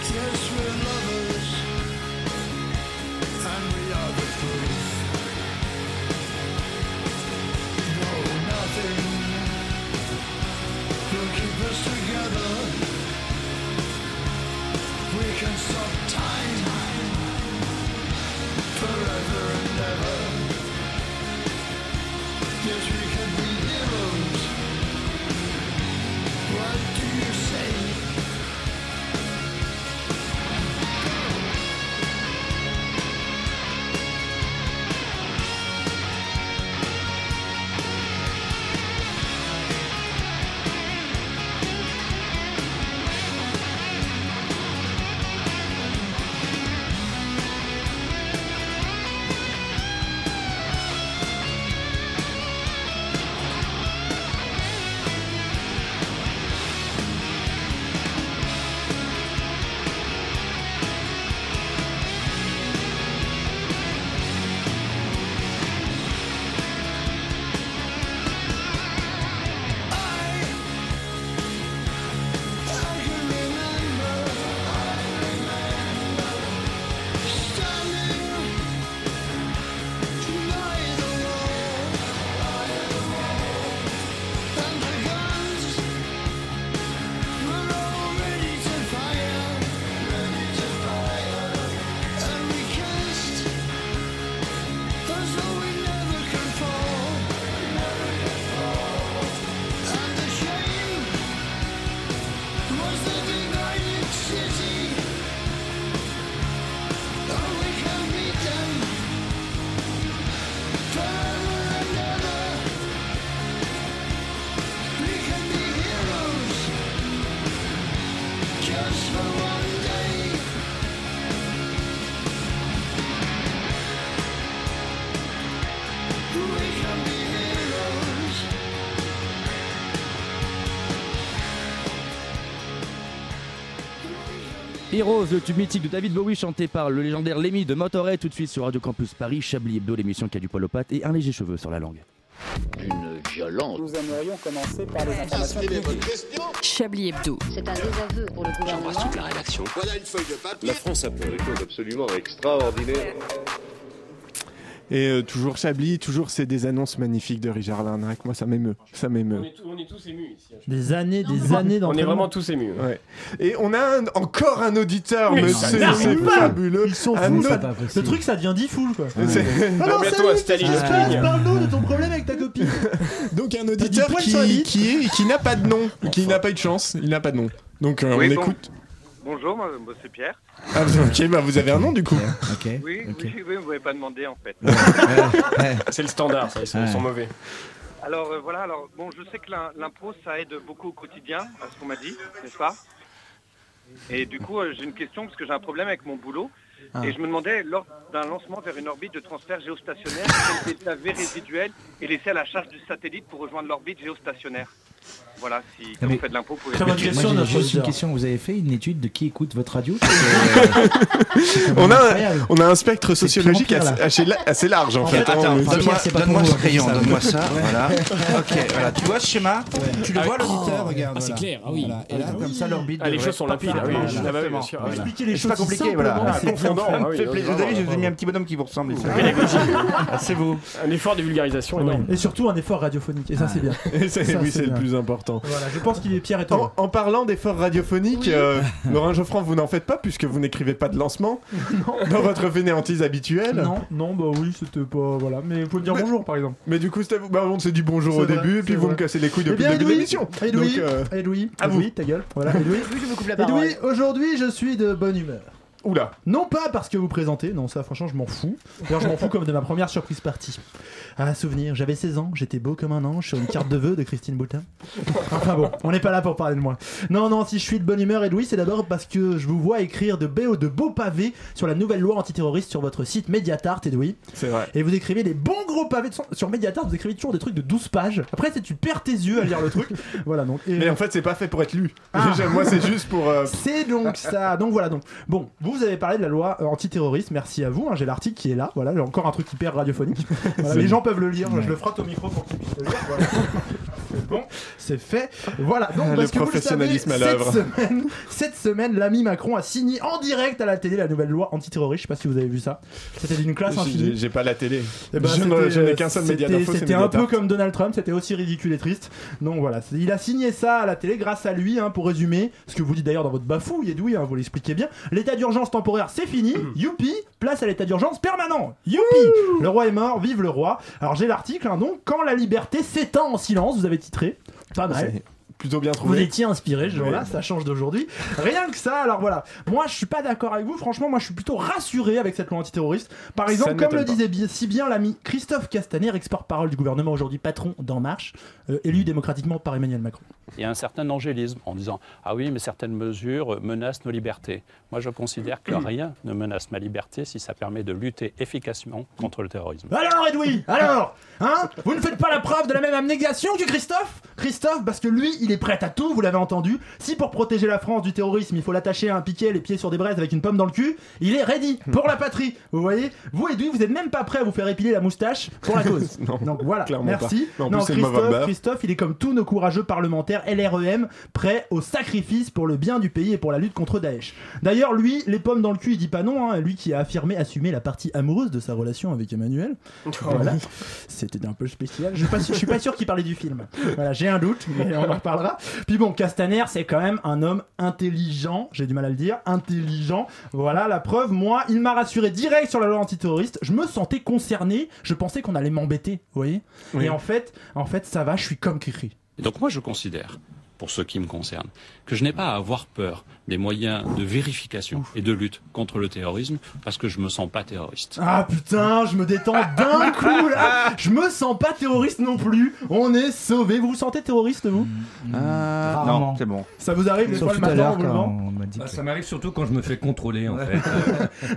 Speaker 19: the truth Yes we're lovers and we are the proof. No, nothing will keep us together. We can stop time forever and ever. Yes, we can be heroes. What do you say? Was the divided city? Oh, we can meet them forever and ever. We can be heroes just for one day. We can be heroes.
Speaker 3: Heroes, le tube mythique de David Bowie chanté par le légendaire Lémi de Motorhead tout de suite sur Radio Campus Paris, Chablis Hebdo, l'émission qui a du poil aux pattes et un léger cheveu sur la langue.
Speaker 2: D'une violence.
Speaker 6: Nous aimerions commencer par les informations
Speaker 7: Chablis Hebdo.
Speaker 6: C'est un désaveu pour le gouvernement.
Speaker 2: la rédaction. Voilà une feuille de papier. La France a fait des choses absolument
Speaker 8: Euh,
Speaker 2: extraordinaires.
Speaker 8: Et euh, toujours Chablis, toujours c'est des annonces magnifiques de Richard Larnac. Moi, ça m'émeut. Ça m'émeut.
Speaker 17: On est tous émus ici.
Speaker 8: Des années,
Speaker 17: des mais- années d'entraînement. On est vraiment tous émus.
Speaker 8: Et on a un- encore un auditeur,
Speaker 10: Mais
Speaker 8: mais
Speaker 10: ça
Speaker 8: c'est
Speaker 10: n'arrive
Speaker 8: c'est
Speaker 10: pas.
Speaker 8: fabuleux. Ah
Speaker 10: Ils sont
Speaker 8: Un
Speaker 10: fous, ça.
Speaker 8: autre-
Speaker 10: Le truc, ça devient dix foules quoi.
Speaker 8: Ouais. C'est-
Speaker 10: Alors,
Speaker 8: Bientôt
Speaker 10: salut,
Speaker 8: un Staline
Speaker 10: qu'est-ce qui se passe
Speaker 8: Espagne.
Speaker 10: Parle-nous de ton problème avec ta copine.
Speaker 8: Donc un auditeur
Speaker 10: poil
Speaker 8: qui,
Speaker 10: sur la bite.
Speaker 8: qui est- qui n'a pas de nom, qui n'a pas eu de chance, il n'a pas de nom. Donc euh,
Speaker 10: Oui,
Speaker 8: on
Speaker 10: bon.
Speaker 8: écoute.
Speaker 12: Bonjour, moi, moi, c'est Pierre.
Speaker 8: Ah, ok, bah vous avez un nom du coup.
Speaker 9: Ok.
Speaker 12: Oui,
Speaker 8: ok.
Speaker 12: oui, oui, vous m'avez pas demandé en fait.
Speaker 17: C'est le standard, ça, ils sont, ils sont
Speaker 8: Ouais.
Speaker 17: mauvais.
Speaker 12: Alors euh, voilà, alors bon, je sais que l'im- l'impôt ça aide beaucoup au quotidien, à ce qu'on m'a dit, n'est-ce pas Et du coup, euh, j'ai une question parce que j'ai un problème avec mon boulot.
Speaker 18: Ah.
Speaker 12: Et je me demandais, lors d'un lancement vers une orbite de transfert géostationnaire, quels états résiduels est laissé à la charge du satellite pour rejoindre l'orbite géostationnaire Voilà,
Speaker 10: Ah,
Speaker 12: si quand
Speaker 9: mais-
Speaker 12: vous faites de l'impôt, vous pouvez...
Speaker 9: euh, Moi, j'ai juste une question. Vous avez fait une étude de qui écoute votre radio euh,
Speaker 8: On a, un,
Speaker 9: incroyable.
Speaker 8: on a un spectre
Speaker 9: C'est
Speaker 8: sociologique
Speaker 9: Pierre,
Speaker 8: assez,
Speaker 9: là.
Speaker 8: assez la- assez large en
Speaker 9: En
Speaker 8: fait.
Speaker 9: fait,
Speaker 8: hein,
Speaker 9: attends,
Speaker 8: mais-
Speaker 9: Pierre,
Speaker 8: Donne-moi-
Speaker 9: c'est pas pour
Speaker 8: donne-moi
Speaker 9: vous,
Speaker 8: ce
Speaker 9: hein,
Speaker 8: crayon,
Speaker 9: ça.
Speaker 8: donne-moi ça.
Speaker 9: Ouais.
Speaker 1: Voilà. Ok, voilà. Tu vois ce schéma Tu le vois l'auditeur,
Speaker 9: Oh.
Speaker 1: regarde.
Speaker 9: Ah, c'est
Speaker 1: voilà.
Speaker 9: clair, ah oui.
Speaker 1: Voilà. Et là,
Speaker 9: Ah oui.
Speaker 1: comme ça, l'orbite.
Speaker 9: Ah, les
Speaker 1: devrait
Speaker 9: choses sont
Speaker 1: parfaitement-
Speaker 9: limpides, ah oui,
Speaker 1: Voilà.
Speaker 9: ah bah oui, bien sûr.
Speaker 1: Voilà.
Speaker 9: Expliquer les
Speaker 1: C'est
Speaker 9: choses
Speaker 1: pas compliqué,
Speaker 9: simplement,
Speaker 1: voilà.
Speaker 9: c'est confondant,
Speaker 1: Ça
Speaker 9: ah
Speaker 1: me
Speaker 9: oui,
Speaker 1: fait plaisir.
Speaker 9: vraiment,
Speaker 1: Vous avez vu, je vous ai
Speaker 9: vraiment.
Speaker 1: mis un petit bonhomme qui vous ressemble ici.
Speaker 17: Pédagogie.
Speaker 1: Ah, c'est vous.
Speaker 17: Un effort de vulgarisation énorme.
Speaker 10: Et surtout un effort radiophonique, et ça c'est bien.
Speaker 8: Et c'est-
Speaker 10: Ça,
Speaker 8: oui, c'est le
Speaker 10: bien.
Speaker 8: plus important.
Speaker 10: Voilà, je pense qu'il est Pierre et toi.
Speaker 8: En, en parlant d'efforts radiophoniques, euh, Laurent Geoffran, vous n'en faites pas puisque vous n'écrivez pas de lancement dans votre fainéantise habituelle.
Speaker 10: Non, non, bah oui, c'était pas. Voilà, mais vous pouvez me dire bonjour par exemple.
Speaker 8: Mais du coup, c'était- bah, on s'est dit bonjour
Speaker 10: C'est
Speaker 8: au
Speaker 10: vrai,
Speaker 8: début, et
Speaker 10: c'est
Speaker 8: puis vous
Speaker 10: vrai.
Speaker 8: me cassez les couilles
Speaker 10: Eh
Speaker 8: depuis
Speaker 10: bien,
Speaker 8: le début de
Speaker 10: Edoui,
Speaker 8: l'émission.
Speaker 10: Edoui,
Speaker 8: Donc, euh,
Speaker 10: Edoui,
Speaker 8: à
Speaker 10: Edoui,
Speaker 8: vous.
Speaker 10: ta gueule. Voilà, Edoui. Edoui, aujourd'hui je suis de bonne humeur.
Speaker 8: Oula.
Speaker 10: Non pas parce que vous présentez, non ça franchement je m'en fous. D'ailleurs je m'en fous comme de ma première surprise partie. Ah souvenir, j'avais 16 ans, j'étais beau comme un ange sur une carte de vœux de Christine Boutin. Enfin bon, on n'est pas là pour parler de moi. Non non, si je suis de bonne humeur Edoui, c'est d'abord parce que je vous vois écrire de BO de beaux pavés sur la nouvelle loi antiterroriste sur votre site Mediatart Edoui.
Speaker 8: C'est vrai.
Speaker 10: Et vous écrivez des bons gros pavés de son- sur Mediatart, vous écrivez toujours des trucs de 12 pages. Après c'est tu perds tes yeux à lire le truc. voilà donc. Et-
Speaker 8: Mais en fait, c'est pas fait pour être lu.
Speaker 10: Ah.
Speaker 8: Moi, c'est juste pour. euh,
Speaker 10: c'est donc ça. Donc voilà. Donc bon, vous vous avez parlé de la loi euh, antiterroriste. Merci à vous. hein. J'ai l'article qui est là. Voilà, j'ai encore un truc hyper radiophonique. Voilà,
Speaker 8: C'est
Speaker 10: les
Speaker 8: bon.
Speaker 10: gens peuvent le lire. Je
Speaker 8: Ouais.
Speaker 10: le frotte au micro pour qu'ils puissent le lire. Voilà. C'est bon, c'est fait. Voilà. Donc
Speaker 8: Le
Speaker 10: parce que vous le savez,
Speaker 8: professionnalisme à l'œuvre.
Speaker 10: cette semaine, cette semaine, l'ami Macron a signé en direct à la télé la nouvelle loi antiterroriste. Je sais pas si vous avez vu ça. C'était d'une classe
Speaker 8: j'ai-
Speaker 10: infinie.
Speaker 8: J'ai j'ai pas la télé.
Speaker 10: Eh ben,
Speaker 8: je ne-
Speaker 10: c'était-
Speaker 8: je n'ai qu'un seul
Speaker 10: c'était-
Speaker 8: média d'info. c'est
Speaker 10: C'était un
Speaker 8: Mediatart.
Speaker 10: peu comme Donald Trump, c'était aussi ridicule et triste. Donc voilà, c'est- il a signé ça à la télé grâce à lui, hein, pour résumer, ce que vous dites d'ailleurs dans votre bafouille, Edoui, hein, vous l'expliquez bien. L'état d'urgence temporaire, c'est fini,
Speaker 8: Mm.
Speaker 10: youpi, place à l'état d'urgence permanent, youpi Le roi est mort, vive le roi. Alors j'ai l'article, hein, donc, Quand la liberté s'éteint en silence, vous avez titré. Pas mal.
Speaker 8: C'est Plutôt bien
Speaker 10: Vous
Speaker 8: trouvé.
Speaker 10: étiez inspiré, je
Speaker 8: Oui.
Speaker 10: là, ça change d'aujourd'hui. Rien que ça, alors voilà. Moi, je suis pas d'accord avec vous. Franchement, moi, je suis plutôt rassuré avec cette loi antiterroriste. Par
Speaker 8: Ça
Speaker 10: exemple,
Speaker 8: ne
Speaker 10: comme
Speaker 8: m'étonne
Speaker 10: le
Speaker 8: pas.
Speaker 10: disait bien- si bien l'ami Christophe Castaner, export-parole du gouvernement aujourd'hui, patron d'En Marche, euh, élu démocratiquement par Emmanuel Macron.
Speaker 22: Il y a un certain angélisme en disant Ah oui, mais certaines mesures euh, menacent nos libertés. Moi, je considère
Speaker 2: Mm.
Speaker 22: que rien ne menace ma liberté si ça permet de lutter efficacement contre le terrorisme.
Speaker 10: Alors, Edoui, alors, hein Vous ne faites pas la preuve de la même abnégation que Christophe Christophe, parce que lui, il est prêt à tout, vous l'avez entendu. Si pour protéger la France du terrorisme, il faut l'attacher à un piquet, les pieds sur des braises avec une pomme dans le cul, il est ready
Speaker 8: Hmm.
Speaker 10: pour la patrie. Vous voyez Vous, Edoui, vous n'êtes même pas prêt à vous faire épiler la moustache pour la cause. Donc voilà,
Speaker 8: clairement
Speaker 10: merci.
Speaker 8: pas. Mais en
Speaker 10: Non,
Speaker 8: plus, c'est le
Speaker 10: Christophe,
Speaker 8: Movember.
Speaker 10: Christophe, il est comme tous nos courageux parlementaires LREM, prêt au sacrifice pour le bien du pays et pour la lutte contre Daesh. D'ailleurs, lui, les pommes dans le cul, il dit pas non, hein, lui qui a affirmé assumer la partie amoureuse de sa relation avec Emmanuel. Voilà. C'était un peu spécial. Je suis pas sûr, je suis pas sûr qu'il parlait du film. Voilà, j'ai un doute, mais on en reparlera. Puis bon, Castaner, c'est quand même un homme intelligent. J'ai du mal à le dire. Intelligent. Voilà la preuve. Moi, il m'a rassuré direct sur la loi antiterroriste. Je me sentais concerné. Je pensais qu'on allait m'embêter. Vous voyez
Speaker 22: Oui.
Speaker 10: Et en fait, en fait, ça va. Je suis comme Cricri.
Speaker 22: Donc moi, je considère, pour ce qui me concerne, que je n'ai pas à avoir peur des moyens de vérification et de lutte contre le terrorisme parce que je me sens pas terroriste.
Speaker 10: Ah putain, je me détends d'un coup là. Je me sens pas terroriste non plus. On est sauvé. Vous vous sentez terroriste vous
Speaker 13: Euh,
Speaker 1: Ah,
Speaker 10: Rarement.
Speaker 1: non, c'est bon.
Speaker 10: Ça vous arrive des fois le matin en vous levant
Speaker 13: Bah, ça m'arrive surtout quand je me fais contrôler en fait.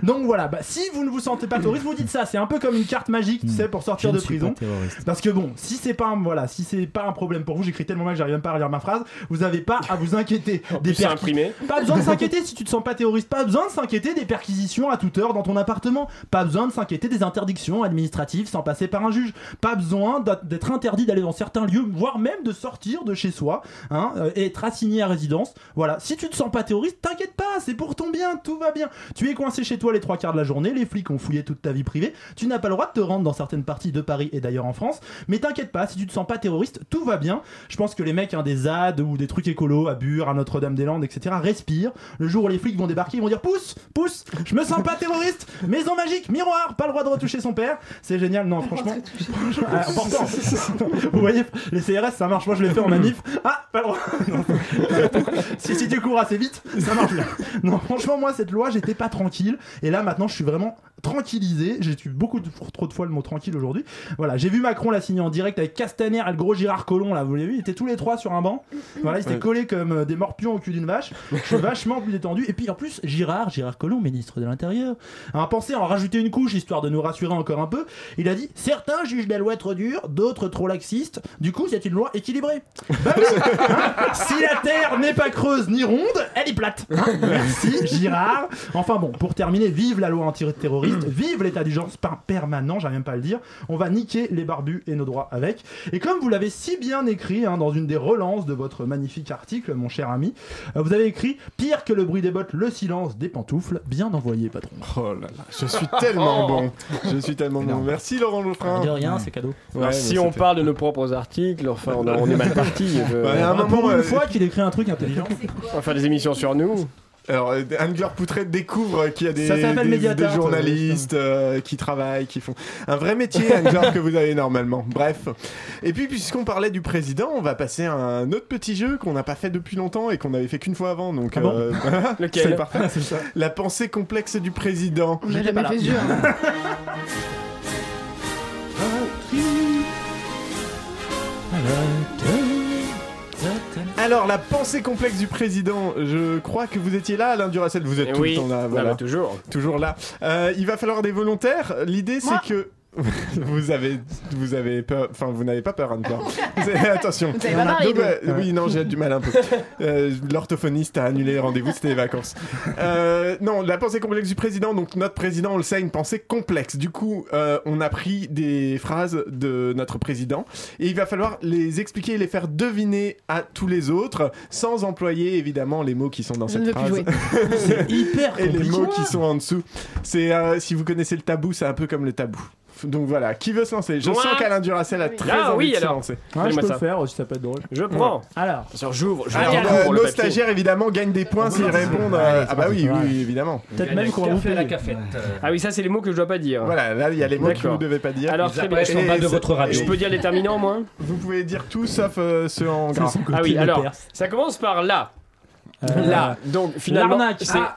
Speaker 10: Donc voilà, bah, si vous ne vous sentez pas terroriste, vous dites ça. C'est un peu comme une carte magique, tu sais, pour sortir
Speaker 9: Hmm. Je
Speaker 10: de
Speaker 9: ne suis
Speaker 10: prison.
Speaker 9: pas terroriste.
Speaker 10: Parce que bon, si c'est pas un, voilà, si c'est pas un problème pour vous, j'écris tellement mal que j'arrive même pas à lire ma phrase. Vous avez pas à vous inquiéter des
Speaker 17: plus, c'est
Speaker 10: perquis-
Speaker 17: imprimé.
Speaker 10: Pas besoin de s'inquiéter si tu te sens pas terroriste. Pas besoin de s'inquiéter des perquisitions à toute heure dans ton appartement. Pas besoin de s'inquiéter des interdictions administratives sans passer par un juge. Pas besoin d'a- d'être interdit d'aller dans certains lieux, voire même de sortir de chez soi, hein, euh, et être assigné à résidence. Voilà. Si tu te sens pas terroriste, t'inquiète pas, c'est pour ton bien, tout va bien. Tu es coincé chez toi les trois quarts de la journée, les flics ont fouillé toute ta vie privée. Tu n'as pas le droit de te rendre dans certaines parties de Paris et d'ailleurs en France. Mais t'inquiète pas, si tu te sens pas terroriste, tout va bien. Je pense que les mecs hein, des ZAD ou des trucs écolos à Bure, à Notre-Dame-des-Landes, etc. respirent. Le jour où les flics vont débarquer, ils vont dire pousse, pousse, je me sens pas terroriste, maison magique, miroir, pas le droit de retoucher son père. C'est génial, non, franchement. Ah, important. Vous voyez, les CRS ça marche, moi je l'ai fait en manif. Ah, pas le droit. si, si tu cours assez vite, ça marche bien. Non, franchement, moi, cette loi, j'étais pas tranquille. Et là, maintenant, je suis vraiment tranquillisé. J'ai eu beaucoup de, trop de fois le mot tranquille aujourd'hui. Voilà, j'ai vu Macron la signer en direct avec Castaner et le gros Girard Collomb. Là, vous l'avez vu, ils étaient tous les trois sur un banc. Voilà, ils étaient
Speaker 17: Ouais.
Speaker 10: collés comme euh, des morpions au cul d'une vache. Je suis vachement plus détendu. Et puis, en plus, Girard, Girard Collomb, ministre de l'Intérieur, a pensé à en rajouter une couche histoire de nous rassurer encore un peu. Il a dit certains jugent la loi trop dure, d'autres trop laxiste. Du coup, c'est une loi équilibrée. Bah oui, hein si la Terre n'est pas creuse ni ronde, elle est plate. hein. Merci Girard. Enfin bon, pour terminer, vive la loi antiterroriste, vive l'état d'urgence par- permanent, j'arrive même pas à le dire. On va niquer les barbus et nos droits avec. Et comme vous l'avez si bien écrit hein, dans une des relances de votre magnifique article, mon cher ami, euh, vous avez écrit pire que le bruit des bottes, le silence des pantoufles. Bien envoyé, patron.
Speaker 8: Oh là là, je suis tellement bon. Je suis tellement bon. Merci Laurent Geoffrin.
Speaker 10: De rien, c'est cadeau.
Speaker 5: Alors, si on parle de nos propres articles, enfin, on, Euh, on est mal parti. je-
Speaker 10: Pour
Speaker 8: euh,
Speaker 10: une fois qu'il écrit un truc intelligent.
Speaker 5: On va faire des émissions sur nous.
Speaker 8: Alors, euh, Angler Poutret découvre qu'il y a des,
Speaker 5: Ça s'appelle
Speaker 8: des,
Speaker 5: Mediator,
Speaker 8: des journalistes euh, qui travaillent, qui font un vrai métier, Angler, que vous avez normalement. Bref. Et puis, puisqu'on parlait du président, on va passer à un autre petit jeu qu'on n'a pas fait depuis longtemps et qu'on n'avait fait qu'une fois avant. Donc,
Speaker 10: Ah
Speaker 8: euh,
Speaker 10: bon
Speaker 8: voilà,
Speaker 10: Lequel
Speaker 8: c'est parfait.
Speaker 10: C'est ça.
Speaker 8: La pensée complexe du président.
Speaker 10: On n'a J'étais jamais pas fait là. ce jeu,
Speaker 8: Alors, la pensée complexe du président, je crois que vous étiez là, Alain Duracel, vous êtes
Speaker 5: Eh
Speaker 8: tout
Speaker 5: oui.
Speaker 8: le temps là.
Speaker 5: Ah
Speaker 8: Voilà.
Speaker 5: bah, toujours.
Speaker 8: Toujours là. Euh, il va falloir des volontaires. L'idée,
Speaker 5: Moi.
Speaker 8: c'est que. vous avez, vous avez peur, enfin vous n'avez pas peur Anne Claire. C'est- Attention.
Speaker 5: Vous avez pas parlé,
Speaker 8: Donc, euh,
Speaker 5: donc.
Speaker 8: oui, non, j'ai du mal un peu. Euh, L'orthophoniste a annulé le rendez-vous, c'était les vacances. Euh, non, la pensée complexe du président. Donc notre président, on le sait, a une pensée complexe. Du coup, euh, on a pris des phrases de notre président et il va falloir les expliquer et les faire deviner à tous les autres, sans employer évidemment les mots qui sont dans
Speaker 17: Je
Speaker 8: cette
Speaker 17: ne veux
Speaker 8: phrase.
Speaker 17: plus jouer. C'est hyper
Speaker 8: Et les
Speaker 17: compliqué.
Speaker 8: mots qui sont en dessous. C'est euh, si vous connaissez le tabou, c'est un peu comme le tabou. Donc voilà, qui veut se lancer Je
Speaker 5: Moi.
Speaker 8: sens qu'Alain Duracel a très
Speaker 5: Ah
Speaker 8: envie
Speaker 5: oui,
Speaker 8: de
Speaker 5: alors.
Speaker 8: se lancer.
Speaker 5: Ouais, je Fais-moi peux le ça. faire
Speaker 10: si ça peut être drôle.
Speaker 5: Je prends.
Speaker 10: Alors.
Speaker 5: Attention, j'ouvre. je
Speaker 8: Alors,
Speaker 5: l'ouvre
Speaker 8: euh,
Speaker 5: pour le
Speaker 8: nos
Speaker 5: papier.
Speaker 8: stagiaires évidemment gagnent des points s'ils répondent. à-
Speaker 5: Allez, c'est
Speaker 8: ah bah
Speaker 5: parti.
Speaker 8: oui, oui,
Speaker 5: Ouais.
Speaker 8: oui, évidemment.
Speaker 5: Peut-être même qu'on va vous payer.
Speaker 8: euh.
Speaker 5: Ah oui, ça, c'est les mots que je dois pas dire.
Speaker 8: Voilà, là, il y a les mots que vous ne devez pas dire.
Speaker 5: Alors,
Speaker 8: Ils
Speaker 5: très bien.
Speaker 8: apparaissent en bas de votre radio.
Speaker 5: Je peux dire les terminants, moi
Speaker 8: Vous pouvez dire tout sauf euh, ceux en gras.
Speaker 5: Ah oui, alors, ça commence par là. Là, donc finalement,
Speaker 8: l'arnaque.
Speaker 5: c'est
Speaker 8: Ah,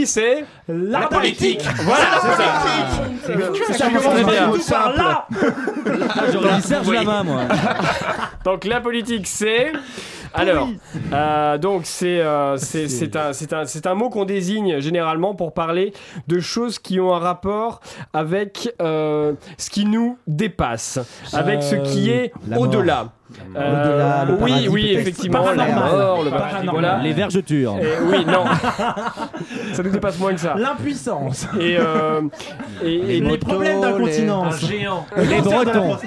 Speaker 5: c'est
Speaker 10: la
Speaker 5: politique. Voilà, c'est ça.
Speaker 10: C'est
Speaker 5: Ça
Speaker 10: ça,
Speaker 5: commence
Speaker 10: c'est
Speaker 5: bien.
Speaker 10: tout par là.
Speaker 5: J'aurais dit
Speaker 3: Ah, Serge Lama, moi.
Speaker 5: donc la politique, c'est. Alors, euh, donc c'est euh, c'est c'est un c'est un c'est un mot qu'on désigne généralement pour parler de choses qui ont un rapport avec euh, ce qui nous dépasse, avec ce qui est
Speaker 3: euh, la mort.
Speaker 5: au-delà. Euh,
Speaker 3: La mort. Au-delà, le
Speaker 5: oui,
Speaker 3: paradis,
Speaker 5: oui,
Speaker 3: peut-être.
Speaker 5: effectivement,
Speaker 3: Paranormal.
Speaker 5: la mort, le
Speaker 3: Paranormal.
Speaker 5: paradis, voilà.
Speaker 3: Les vergetures.
Speaker 5: Eh oui, non, ça nous dépasse moins que ça.
Speaker 10: L'impuissance.
Speaker 5: Et, euh, et, et-
Speaker 10: Les problèmes d'incontinence.
Speaker 5: Les Bretons.
Speaker 10: Bretons.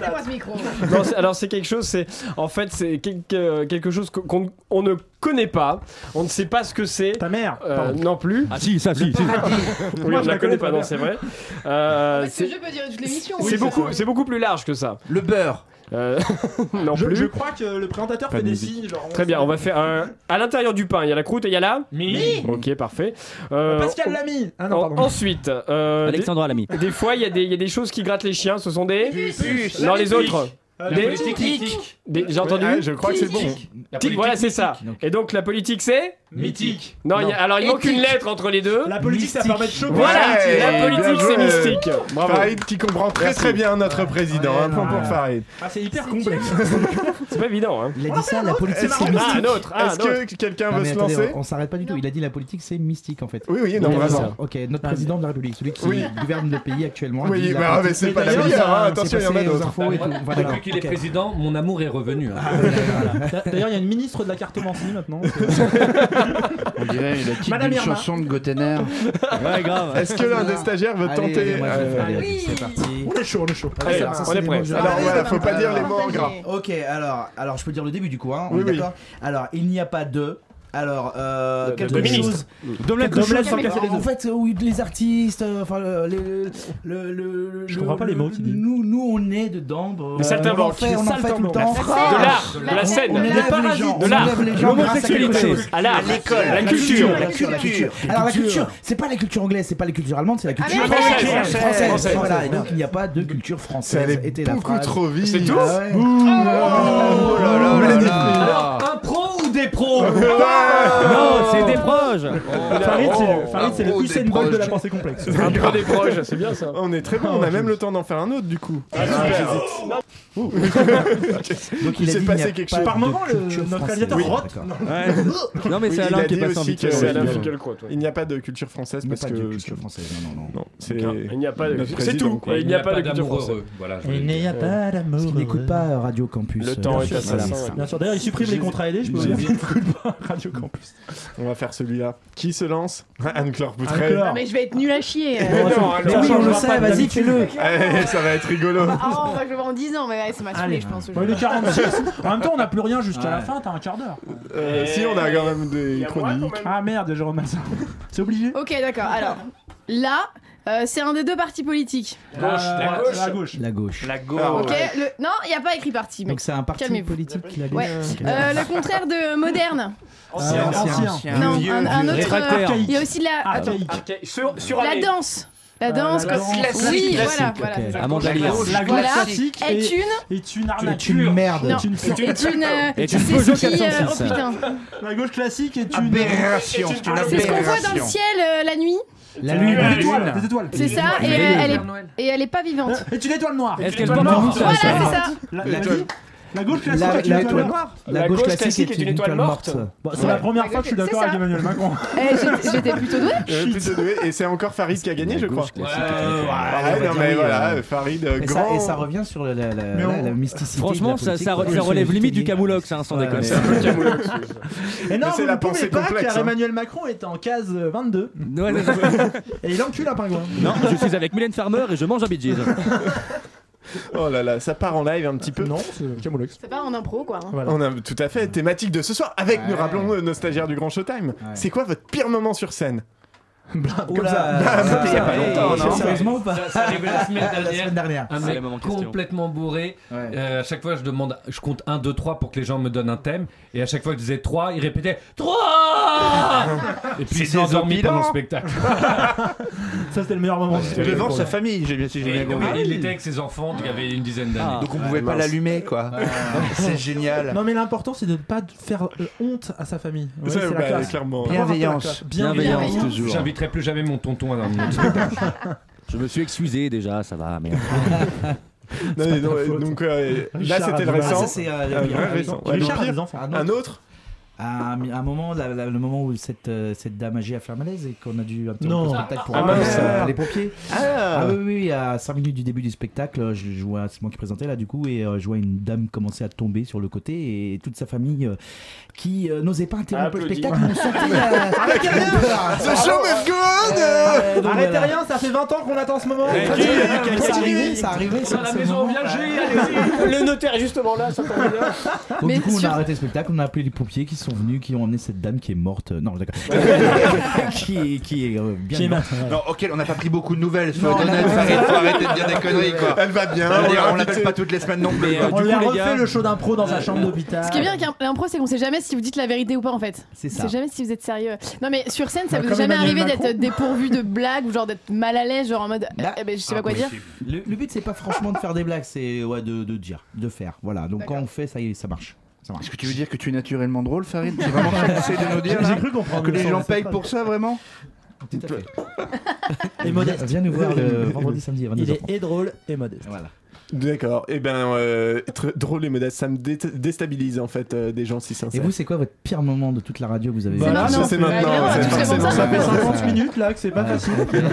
Speaker 5: Non, c'est- alors c'est quelque chose, c'est en fait c'est quelque, quelque chose qu'on- qu'on on ne connaît pas, on ne sait pas ce que c'est. Ta
Speaker 10: mère
Speaker 3: pardon.
Speaker 5: Non plus.
Speaker 3: Ah si, ça, si, si.
Speaker 5: Oui,
Speaker 3: Moi,
Speaker 5: on
Speaker 3: je
Speaker 5: ne la
Speaker 3: la
Speaker 5: connaît
Speaker 3: connais,
Speaker 5: pas,
Speaker 3: ta
Speaker 5: non,
Speaker 3: mère.
Speaker 5: c'est vrai. Euh,
Speaker 11: Ce
Speaker 20: Ah,
Speaker 5: c'est
Speaker 11: jeu peut durer toute l'émission.
Speaker 5: c'est beaucoup, c'est beaucoup plus large que ça. Euh,
Speaker 1: Le beurre.
Speaker 5: non
Speaker 10: Je,
Speaker 5: plus.
Speaker 10: je crois que le présentateur
Speaker 5: Pas
Speaker 10: fait
Speaker 5: de
Speaker 10: des
Speaker 5: musique.
Speaker 10: signes. Genre,
Speaker 5: Très bien, on va faire un- à l'intérieur du pain. Il y a la croûte et il y a la
Speaker 10: Mi.
Speaker 5: Ok, parfait. Euh,
Speaker 10: Pascal Lamy. Ah non,
Speaker 5: en-
Speaker 10: pardon.
Speaker 5: ensuite, euh,
Speaker 3: Alexandra Lamy.
Speaker 5: Des fois, il y, a des- il y a des choses qui grattent les chiens. Ce sont des.
Speaker 10: puces.
Speaker 5: Non,
Speaker 10: La
Speaker 5: les
Speaker 10: politique.
Speaker 5: autres.
Speaker 10: Euh, la
Speaker 5: Des.
Speaker 10: politique.
Speaker 5: Tic. Des- J'ai entendu.
Speaker 10: Ouais, je crois que c'est bon.
Speaker 5: Tic.
Speaker 10: La politique.
Speaker 5: Tic, Voilà, c'est ça. Et donc, la politique, c'est.
Speaker 10: Mythique.
Speaker 5: Non, il y a- alors il manque une lettre entre les deux.
Speaker 10: La politique, ça permet de choper.
Speaker 5: Voilà,
Speaker 8: Ouais,
Speaker 5: la
Speaker 8: bien
Speaker 5: politique,
Speaker 8: joué,
Speaker 5: c'est
Speaker 8: euh,
Speaker 5: mystique. Bravo.
Speaker 8: Farid qui comprend très
Speaker 5: Merci.
Speaker 8: très bien notre président.
Speaker 5: Ah Ouais,
Speaker 8: un point
Speaker 5: non,
Speaker 8: pour
Speaker 5: ouais.
Speaker 8: Farid.
Speaker 10: Ah, c'est hyper complexe.
Speaker 5: C'est pas évident. Hein.
Speaker 9: Il a dit ça, la politique c'est mystique.
Speaker 5: Ah, un autre. Ah, un autre.
Speaker 9: Non, mais attendez, On, on s'arrête pas du tout. Il a dit la politique c'est mystique en fait.
Speaker 8: Oui, oui, non,
Speaker 9: Il a dit
Speaker 8: vraiment. Ah,
Speaker 9: ça. Ok, notre président de la République, celui qui
Speaker 8: Oui.
Speaker 9: gouverne le pays actuellement.
Speaker 8: Oui,
Speaker 9: dit la
Speaker 8: bah,
Speaker 9: politique,
Speaker 8: mais c'est pas la
Speaker 9: d'ailleurs,
Speaker 8: meilleure,
Speaker 9: ça,
Speaker 8: hein,
Speaker 9: c'est
Speaker 8: attention, il y en a
Speaker 9: passé aux
Speaker 8: d'autres.
Speaker 9: infos et tout. Voilà.
Speaker 13: Depuis qu'il est
Speaker 9: Ok.
Speaker 13: président, mon amour est revenu. hein.
Speaker 10: D'ailleurs, il y a une ministre de la cartomancie maintenant. euh.
Speaker 1: On dirait il a kick
Speaker 10: Madame
Speaker 1: d'une
Speaker 10: Irma.
Speaker 1: chanson de Gotener.
Speaker 3: Ouais, grave.
Speaker 8: Est-ce que l'un des stagiaires veut
Speaker 1: Allez,
Speaker 8: tenter
Speaker 1: moi, je vais faire
Speaker 8: euh,
Speaker 1: les-
Speaker 10: c'est parti. On est chaud, on est chaud.
Speaker 8: Allez,
Speaker 10: Ça, ça,
Speaker 8: on est
Speaker 10: c'est
Speaker 8: prêts.
Speaker 10: des mots
Speaker 8: Alors,
Speaker 10: de-
Speaker 8: voilà, faut pas dire les mots en
Speaker 10: partagez.
Speaker 8: gras.
Speaker 9: Ok, alors, alors je peux dire le début du coup, hein, on
Speaker 8: Oui,
Speaker 9: est
Speaker 8: oui.
Speaker 9: d'accord Alors, il n'y a pas de. Alors, euh,
Speaker 10: De-
Speaker 9: quelque
Speaker 10: de ministre.
Speaker 9: chose.
Speaker 10: D'omelette de
Speaker 9: Quelque
Speaker 10: chou-
Speaker 9: chose-
Speaker 10: sans casser les
Speaker 9: En
Speaker 10: œufs.
Speaker 9: fait, euh, oui, les artistes, euh, enfin, le- le- le- le-
Speaker 10: Je
Speaker 9: le-
Speaker 10: comprends pas
Speaker 9: le-
Speaker 10: les mots qu'il dit.
Speaker 9: Nous, nous, on est dedans. bah,
Speaker 10: Les saltimbanques.
Speaker 9: on en fait- on en fait tout le
Speaker 10: Les
Speaker 9: temps.
Speaker 10: saltimbanques. De l'art, de la
Speaker 9: On-
Speaker 10: scène.
Speaker 9: on
Speaker 10: Des
Speaker 9: élève les
Speaker 10: parasites,
Speaker 9: gens,
Speaker 10: de
Speaker 9: on
Speaker 10: l'art,
Speaker 9: élève les
Speaker 10: de
Speaker 9: gens grâce à
Speaker 10: l'homosexualité,
Speaker 9: quelque chose.
Speaker 10: à l'art,
Speaker 9: À l'école,
Speaker 10: la culture,
Speaker 9: la culture, la culture. Alors la culture, c'est pas la culture anglaise, c'est pas la culture allemande, c'est la culture
Speaker 8: Ah,
Speaker 10: Américaine, française,
Speaker 9: française.
Speaker 10: française,
Speaker 9: Voilà, et
Speaker 10: française.
Speaker 9: donc il n'y a pas de culture française.
Speaker 10: allait
Speaker 9: était la
Speaker 10: beaucoup
Speaker 9: phrase.
Speaker 10: trop vite. C'est tout
Speaker 9: Ah ouais.
Speaker 10: Oh là là là là.
Speaker 9: Alors,
Speaker 10: Un pro ou des
Speaker 12: Oh,
Speaker 10: pros
Speaker 3: Non, c'est
Speaker 17: Oh.
Speaker 3: des proches.
Speaker 10: Farid, c'est le,
Speaker 8: Oh,
Speaker 10: Farid, c'est le
Speaker 8: un pro
Speaker 10: Usain
Speaker 8: des
Speaker 10: Bolt de
Speaker 8: proches.
Speaker 10: la pensée complexe.
Speaker 8: Un pro des
Speaker 17: proches, c'est bien ça. Ah,
Speaker 8: On est très bon, on a même le temps d'en faire un autre du coup.
Speaker 10: Donc
Speaker 8: il s'est passé quelque chose.
Speaker 10: Par moment, le- notre réalisateur
Speaker 8: Oui.
Speaker 10: rote.
Speaker 8: Ouais.
Speaker 10: Non, mais c'est
Speaker 8: Oui, il
Speaker 10: Alain
Speaker 8: a
Speaker 10: qui est
Speaker 8: dit
Speaker 10: passé en
Speaker 8: aussi
Speaker 10: vitesse.
Speaker 8: que-
Speaker 10: C'est Alain
Speaker 8: il-
Speaker 10: Finkielkraut, ouais.
Speaker 8: Il n'y a pas de culture française
Speaker 10: Il n'y a
Speaker 8: parce
Speaker 10: pas
Speaker 8: que
Speaker 10: de culture française, non, non, non.
Speaker 8: c'est-
Speaker 17: Il n'y a pas de-
Speaker 8: notre
Speaker 17: c'est
Speaker 8: président,
Speaker 17: tout.
Speaker 8: quoi.
Speaker 17: Et il n'y a pas de culture
Speaker 8: d'amour
Speaker 17: française.
Speaker 8: heureux. Voilà, je
Speaker 9: Il
Speaker 8: voulais
Speaker 9: n'y a
Speaker 8: dire.
Speaker 9: pas d'amour. Parce qu'il n'écoute pas Radio Campus.
Speaker 8: Le temps
Speaker 9: euh,
Speaker 8: est
Speaker 9: voilà.
Speaker 8: assassin, ouais.
Speaker 10: Bien sûr, d'ailleurs, il supprime les contrats aidés. Je peux vous
Speaker 8: J'ai-
Speaker 10: dire qu'il coule pas Radio Campus.
Speaker 8: On va faire celui-là. Qui se lance Anne-Claire Poutrel.
Speaker 10: Anne-Claire.
Speaker 11: Non, mais je vais être nul à chier. euh.
Speaker 8: Mais non,
Speaker 10: Mais
Speaker 8: alors,
Speaker 10: oui,
Speaker 8: ça
Speaker 10: on le
Speaker 8: changera
Speaker 10: sait,
Speaker 8: pas de
Speaker 10: vas-y,
Speaker 8: d'habitude.
Speaker 10: fais-le.
Speaker 8: Eh, ça va être rigolo.
Speaker 10: bah,
Speaker 11: Ah, on va jouer en 10 ans, mais ouais, ça m'a saoulé, je pense.
Speaker 10: Ouais, le
Speaker 11: aujourd'hui.
Speaker 10: 46. En même temps, on n'a plus rien jusqu'à la
Speaker 8: Ouais.
Speaker 10: fin, t'as un quart d'heure.
Speaker 8: Euh, si, on a quand même des chroniques.
Speaker 10: Ah merde, Jérôme Massin. C'est obligé.
Speaker 11: Ok, d'accord. Alors, là, euh, c'est un des deux partis politiques. euh,
Speaker 10: la gauche. La gauche.
Speaker 9: La gauche.
Speaker 17: La
Speaker 11: Ah,
Speaker 8: Ah,
Speaker 11: Ok, le- non, il n'y a pas écrit parti. mec.
Speaker 9: Donc c'est un parti
Speaker 11: Calmez-vous.
Speaker 9: politique qu'il a
Speaker 11: Ouais. Euh, le contraire de moderne.
Speaker 9: Ancien,
Speaker 10: ancien.
Speaker 9: Ah, ancien.
Speaker 11: Non,
Speaker 10: Vieux,
Speaker 11: un, un
Speaker 10: vieux. Ah,
Speaker 11: autre.
Speaker 10: Rétractaire.
Speaker 11: euh, Il y a aussi la. attends.
Speaker 5: Ah,
Speaker 17: Sur, sur
Speaker 11: La danse.
Speaker 9: Euh,
Speaker 11: La danse,
Speaker 10: la
Speaker 11: quoi.
Speaker 10: danse.
Speaker 11: Oui,
Speaker 10: Classique,
Speaker 11: voilà,
Speaker 10: ok.
Speaker 11: voilà. c'est ça.
Speaker 3: Amanda
Speaker 10: La gauche
Speaker 3: Lear.
Speaker 11: Voilà.
Speaker 10: classique
Speaker 11: Est
Speaker 10: et-
Speaker 11: une-
Speaker 10: est une arnaque.
Speaker 9: est une merde.
Speaker 11: Non,
Speaker 9: Est une
Speaker 11: est une. euh,
Speaker 9: Est une
Speaker 11: c'est
Speaker 9: Peugeot
Speaker 11: ce qui, euh, oh
Speaker 9: 406.
Speaker 11: putain.
Speaker 10: La gauche classique est une
Speaker 9: Aberration,
Speaker 10: est une-
Speaker 9: c'est une
Speaker 11: C'est ce qu'on voit dans le
Speaker 9: Aberration.
Speaker 11: ciel euh, la nuit.
Speaker 9: La lune.
Speaker 10: Des étoiles, des étoiles.
Speaker 11: C'est ça, et euh, elle est et elle est pas vivante.
Speaker 8: Ah,
Speaker 10: Est une étoile noire.
Speaker 3: Est-ce
Speaker 10: Est
Speaker 3: qu'elle
Speaker 10: une étoile
Speaker 3: porte
Speaker 10: noire.
Speaker 3: un
Speaker 10: Voilà,
Speaker 3: moustache
Speaker 10: c'est
Speaker 11: ça.
Speaker 10: La,
Speaker 9: La-
Speaker 10: vie. La gauche classique
Speaker 9: La-
Speaker 10: est une
Speaker 9: la-
Speaker 10: étoile
Speaker 9: la-
Speaker 10: noire.
Speaker 9: la La gauche gauche classique classique est est une une étoile étoile morte. morte.
Speaker 10: Bon, c'est
Speaker 8: Ouais.
Speaker 10: la première fois que je suis
Speaker 11: C'est
Speaker 10: d'accord
Speaker 11: ça.
Speaker 10: avec Emmanuel Macron.
Speaker 11: Eh, j'étais- J'étais plutôt douée.
Speaker 8: Euh, plutôt doué. Et c'est encore Farid qui a gagné, je crois.
Speaker 9: classique, hein. Ah,
Speaker 8: Ouais, non, mais voilà, Farid, euh,
Speaker 9: et
Speaker 8: grand.
Speaker 9: Ça, et ça revient sur la, la,
Speaker 3: Euh,
Speaker 9: la,
Speaker 8: Mais on-
Speaker 9: la mysticité. de
Speaker 3: Franchement,
Speaker 9: la
Speaker 3: ça, ça,
Speaker 9: politique,
Speaker 3: ça
Speaker 9: quoi.
Speaker 3: relève limite du camoulox, hein, sans
Speaker 9: Ouais,
Speaker 3: déconner.
Speaker 9: mais- C'est un peu
Speaker 8: camoulox,
Speaker 10: Et non,
Speaker 8: Mais c'est
Speaker 10: vous
Speaker 8: la
Speaker 10: ne pouvez
Speaker 8: pensée
Speaker 10: pas
Speaker 8: complexe,
Speaker 10: car
Speaker 8: hein.
Speaker 10: Emmanuel Macron est en case euh, 22. Et il encule un pingouin.
Speaker 3: Non, je suis avec Mylène Farmer et je mange un bidjid.
Speaker 8: Oh là là, ça part en live un petit peu. Non,
Speaker 10: c'est Camoulox.
Speaker 11: C'est pas en impro
Speaker 10: Ah,
Speaker 11: quoi. hein.
Speaker 8: On a tout à fait thématique de ce soir avec, nous rappelons, euh, nos stagiaires du Grand Showtime. C'est quoi votre pire moment sur scène
Speaker 9: Comme
Speaker 8: Comme
Speaker 9: ça.
Speaker 8: ça. Bah, c'était il y a pas
Speaker 9: Ouais,
Speaker 8: longtemps,
Speaker 9: c'est
Speaker 8: non
Speaker 9: Sérieusement ou pas
Speaker 13: Ça, ça arrivait la semaine dernière.
Speaker 9: La semaine dernière. Ah,
Speaker 13: Un mec complètement bourré. Euh, à chaque fois, je demande, je compte 1, 2, 3 pour que les gens me donnent un thème. Et à chaque fois, je disais 3, ils répétaient 3 Et puis,
Speaker 23: C'est
Speaker 13: ils s'est endormi
Speaker 23: désopilant.
Speaker 13: pendant le spectacle.
Speaker 10: Ça, c'était le meilleur moment. du spectacle.
Speaker 23: Devant sa famille, j'ai bien si j'ai bien
Speaker 13: Et non,
Speaker 23: compris.
Speaker 13: mais il était avec ses enfants, il y avait une dizaine
Speaker 3: Ah,
Speaker 13: d'années.
Speaker 23: Donc on pouvait pas
Speaker 13: mince.
Speaker 23: l'allumer, quoi. C'est génial.
Speaker 10: Non mais l'important c'est de ne pas faire euh, honte à sa famille. Ouais,
Speaker 23: Ça,
Speaker 10: c'est la
Speaker 23: bah,
Speaker 10: classe.
Speaker 23: clairement.
Speaker 10: Par rapport à la
Speaker 23: Bienveillance.
Speaker 10: classe.
Speaker 23: Bienveillance,
Speaker 10: Bienveillance.
Speaker 23: toujours.
Speaker 13: J'inviterai plus jamais mon tonton à un
Speaker 3: Je me suis excusé déjà, ça va, Ah, merde.
Speaker 8: Non, mais non, euh, donc euh, là,
Speaker 9: Richard
Speaker 8: c'était le
Speaker 9: a du mal.
Speaker 8: récent.
Speaker 9: Ah, ça, c'est, euh,
Speaker 8: Un
Speaker 9: le
Speaker 8: vrai
Speaker 9: pire.
Speaker 8: récent.
Speaker 9: Qui
Speaker 8: Ouais,
Speaker 9: Richard
Speaker 8: le
Speaker 9: a
Speaker 8: pire.
Speaker 9: des enfants.
Speaker 8: Un autre
Speaker 9: à un, à un moment, la- la- le moment où cette, euh, cette dame âgée a fait un malaise et qu'on a dû interrompre
Speaker 10: Non.
Speaker 9: le spectacle pour
Speaker 10: Ah,
Speaker 9: appeler,
Speaker 10: mince.
Speaker 9: euh, les pompiers.
Speaker 10: Ah.
Speaker 9: Ah oui, oui, oui, à 5 minutes du début du spectacle, euh, je je vois, c'est moi qui présentais là du coup, et euh, je vois une dame commencer à tomber sur le côté et toute sa famille euh, qui euh, n'osait pas interrompre le
Speaker 10: Applaudis.
Speaker 9: spectacle. mais on euh, sentait la-
Speaker 8: Ah,
Speaker 10: Arrêtez rien
Speaker 9: The show must go on Euh, donc
Speaker 10: Arrêtez
Speaker 9: voilà.
Speaker 10: rien, ça fait 20 ans qu'on attend ce moment
Speaker 9: Eh,
Speaker 10: Continue,
Speaker 9: qui-
Speaker 10: continue.
Speaker 9: qui- qui- On a la maison en viager, allez-y.
Speaker 17: Le notaire est justement là, ça tombe bien.
Speaker 9: Donc, du coup, on a arrêté le spectacle, on a appelé les pompiers qui sont venus, qui ont emmené cette dame qui est morte. euh, non, d'accord. qui, est- qui est euh, bien
Speaker 23: Qui est
Speaker 9: morte.
Speaker 23: Non, ok, on n'a pas pris beaucoup de nouvelles. Faut,
Speaker 9: Non,
Speaker 23: être
Speaker 9: on a-
Speaker 23: honnête, Farid, faut arrêter de dire des conneries, quoi.
Speaker 8: Elle va bien,
Speaker 23: Je veux dire,
Speaker 8: on l'a euh,
Speaker 23: on l'appelle
Speaker 8: invitée.
Speaker 23: pas toutes les semaines non plus.
Speaker 10: On lui a refait le show d'impro dans sa chambre d'hôpital.
Speaker 11: Ce qui est bien avec l'impro, c'est qu'on sait jamais si vous dites la vérité ou pas en fait.
Speaker 10: Ah. C'est ça.
Speaker 11: On sait jamais si vous êtes sérieux. Non mais sur scène, ça
Speaker 10: Bah,
Speaker 11: vous est
Speaker 10: comme
Speaker 11: jamais
Speaker 10: Emmanuel
Speaker 11: arrivé
Speaker 10: Macron. Bah,
Speaker 11: d'être dépourvu de blagues ou genre d'être mal à l'aise, genre en mode euh, eh ben, je sais pas quoi dire.
Speaker 9: Le, le but, c'est pas franchement de faire des blagues, c'est ouais, de, de dire, de faire. Voilà, donc quand on fait, ça y est, ça marche. Ça marche.
Speaker 1: Est-ce que tu veux dire que tu es naturellement drôle, Farid C'est vraiment ça que tu essaies de nous dire
Speaker 9: J'ai
Speaker 1: là
Speaker 9: cru comprendre
Speaker 1: Que
Speaker 9: le
Speaker 1: les
Speaker 9: sens
Speaker 1: gens
Speaker 9: de cette
Speaker 1: payent
Speaker 9: phrase.
Speaker 1: pour ça, vraiment
Speaker 9: Et modeste. Viens nous voir le vendredi, samedi à 22h30.
Speaker 10: et drôle et modeste.
Speaker 9: Voilà.
Speaker 8: D'accord. Et ben, euh, être drôle et modeste, ça me dé- déstabilise en fait euh, des gens si
Speaker 9: Et
Speaker 8: sincères.
Speaker 9: vous, c'est quoi votre pire moment de toute la radio que vous avez
Speaker 8: Bah,
Speaker 9: vécu
Speaker 8: là, C'est c'est maintenant, maintenant, c'est
Speaker 10: C'est
Speaker 8: forcément
Speaker 10: bon, ça fait
Speaker 8: ça.
Speaker 10: 50 minutes là que c'est pas
Speaker 9: Ouais.
Speaker 10: facile.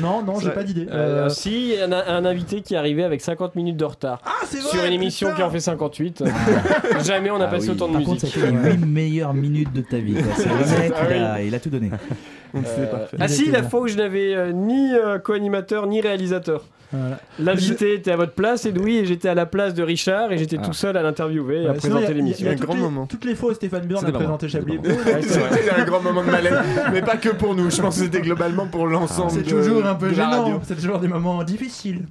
Speaker 10: Non, non, j'ai
Speaker 17: Ouais.
Speaker 10: pas d'idée.
Speaker 17: Euh,
Speaker 10: Euh,
Speaker 17: Si, un, un invité qui est arrivé avec 50 minutes de retard. Sur une émission qui en fait 58. Jamais
Speaker 5: Ah
Speaker 10: Ah
Speaker 17: on a passé autant de
Speaker 9: Par contre,
Speaker 17: musique. Euh,
Speaker 9: ça fait les 8 meilleures minutes de ta vie. quoi. C'est le mec, il a, il a tout donné.
Speaker 5: ah,
Speaker 17: Euh, Ah si, la fois où je n'avais euh, ni euh, co-animateur ni réalisateur.
Speaker 10: Voilà.
Speaker 17: L'invité était à votre place, Edoui, et j'étais à la place de Richard, et j'étais tout seul à l'interviewer et à
Speaker 10: Ah. Ouais, euh, sinon, il y a-
Speaker 17: présenter
Speaker 10: il y a-
Speaker 17: l'émission.
Speaker 10: il y a toutes les- Toutes les fois où Stéphane Bern
Speaker 17: C'était
Speaker 10: a
Speaker 17: pas moi.
Speaker 10: présenté Chablis Hebdo.
Speaker 8: C'était un grand moment de malaise, mais pas que pour nous. Je pense que c'était globalement pour
Speaker 9: Ah,
Speaker 8: l'ensemble.
Speaker 10: C'est
Speaker 8: de-
Speaker 10: toujours un peu
Speaker 8: de la radio.
Speaker 10: gênant. C'est toujours des moments difficiles.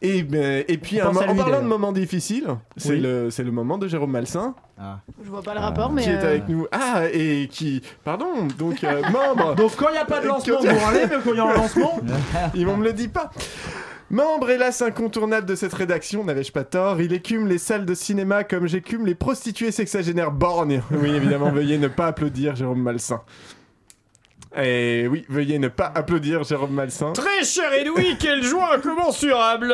Speaker 8: Et, ben, et puis,
Speaker 10: On
Speaker 8: un
Speaker 10: pense
Speaker 8: mo-
Speaker 10: à
Speaker 8: en
Speaker 10: lui,
Speaker 8: parlant de
Speaker 10: d'ailleurs.
Speaker 8: moments difficiles, c'est
Speaker 10: Oui.
Speaker 8: le, c'est le moment de Jérôme Malsain.
Speaker 10: Ah.
Speaker 9: Ah.
Speaker 11: Je vois
Speaker 8: Ah.
Speaker 11: pas le rapport, mais.
Speaker 8: Qui est
Speaker 11: euh,
Speaker 8: avec nous. Ah, et qui. Pardon, donc euh, membre.
Speaker 10: Donc, quand il n'y a pas de lancement,
Speaker 8: Quand-
Speaker 10: vous râlez, mais quand il y a un lancement-
Speaker 8: il ne me le dit pas. Membre hélas incontournable de cette rédaction, n'avais-je pas tort Il écume les salles de cinéma comme j'écume les prostituées sexagénaires borgnes. Oui, évidemment, veuillez ne pas applaudir Jérôme Malsain. Et oui, veuillez ne pas applaudir Jérôme Malsain.
Speaker 17: Très cher Edoui, quelle joie incommensurable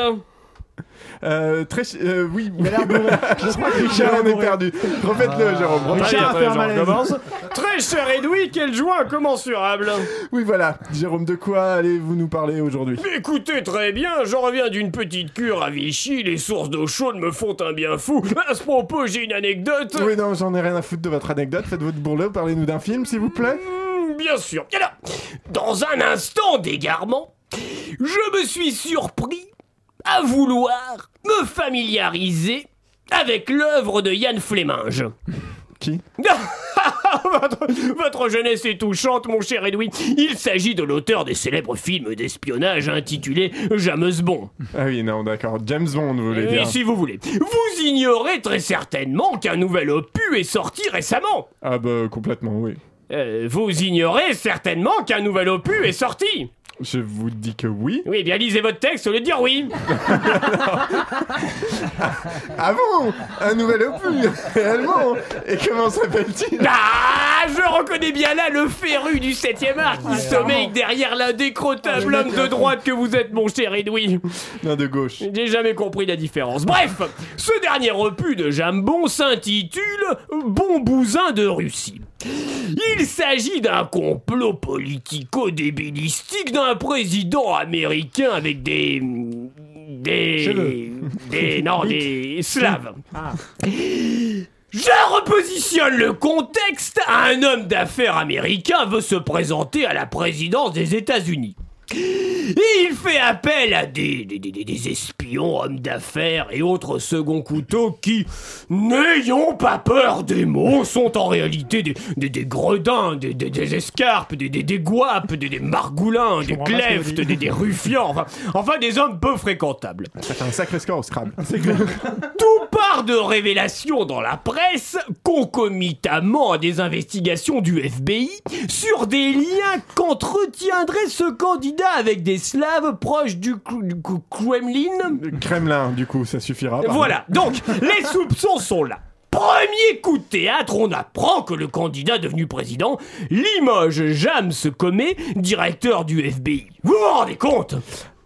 Speaker 8: Euh, très ch- euh, oui, mais je crois que Richard en est perdu. Refaites-le, Jérôme.
Speaker 10: Ah.
Speaker 17: Attendez,
Speaker 8: refaites-le.
Speaker 17: attendez, je recommence. Très cher Edoui, quelle joie incommensurable
Speaker 8: Oui, voilà. Jérôme, de quoi allez-vous nous parler aujourd'hui
Speaker 17: Mais Écoutez très bien, je reviens d'une petite cure à Vichy, les sources d'eau chaude me font un bien fou. À ce propos, j'ai une anecdote.
Speaker 8: Oui, non, j'en ai rien à foutre de votre anecdote. Faites votre bourreau, parlez-nous d'un film, s'il vous plaît.
Speaker 17: Hmm, Bien sûr. Et là, dans un instant d'égarement, je me suis surpris à vouloir me familiariser avec l'œuvre de Yann Fléminge.
Speaker 8: Qui
Speaker 17: votre, votre jeunesse est touchante, mon cher Edoui. Il s'agit de l'auteur des célèbres films d'espionnage intitulés James Bond.
Speaker 8: Ah oui, non, d'accord. James Bond, vous voulez
Speaker 17: Et
Speaker 8: dire.
Speaker 17: si vous voulez, vous ignorez très certainement qu'un nouvel opus est sorti récemment.
Speaker 8: Ah bah, complètement, oui.
Speaker 17: Euh, vous ignorez certainement qu'un nouvel opus est sorti.
Speaker 8: Je vous dis que oui.
Speaker 17: Oui, eh bien lisez votre texte au lieu de dire oui.
Speaker 8: Ah bon Un nouvel opus Réellement Et comment s'appelle-t-il
Speaker 17: Ah, je reconnais bien là le féru du 7ème art qui sommeille derrière l'indécrottable homme de droite que vous êtes, mon cher Edoui.
Speaker 8: Non, de gauche.
Speaker 17: J'ai jamais compris la différence. Bref, ce dernier opus de Jambon s'intitule Bon bousin de Russie. Il s'agit d'un complot politico-débilistique d'un président américain avec des. des. des. non, des slaves. Je repositionne le contexte. Un homme d'affaires américain veut se présenter à la présidence des États-Unis. Et il fait appel à des, des- des- des espions, hommes d'affaires et autres seconds couteaux qui, n'ayons pas peur des mots, sont en réalité des, des, des gredins, des, des- des escarpes, des, des, des guapes, des, des margoulins, des
Speaker 8: comprends pas ce que vous
Speaker 17: cleftes,
Speaker 8: dites.
Speaker 17: des, des ruffians, enfin, enfin des hommes peu fréquentables.
Speaker 8: Ça fait un sacré score au Scrabble.
Speaker 17: Tout part de révélations dans la presse, concomitamment à des investigations du FBI, sur des liens qu'entretiendrait ce candidat avec des Slaves proches du, cou- du cou- Kremlin.
Speaker 8: Kremlin, du coup, ça suffira. pardon.
Speaker 17: Voilà, donc les soupçons sont là. Premier coup de théâtre, on apprend que le candidat devenu président limoge James Comey, directeur du FBI. Vous vous rendez compte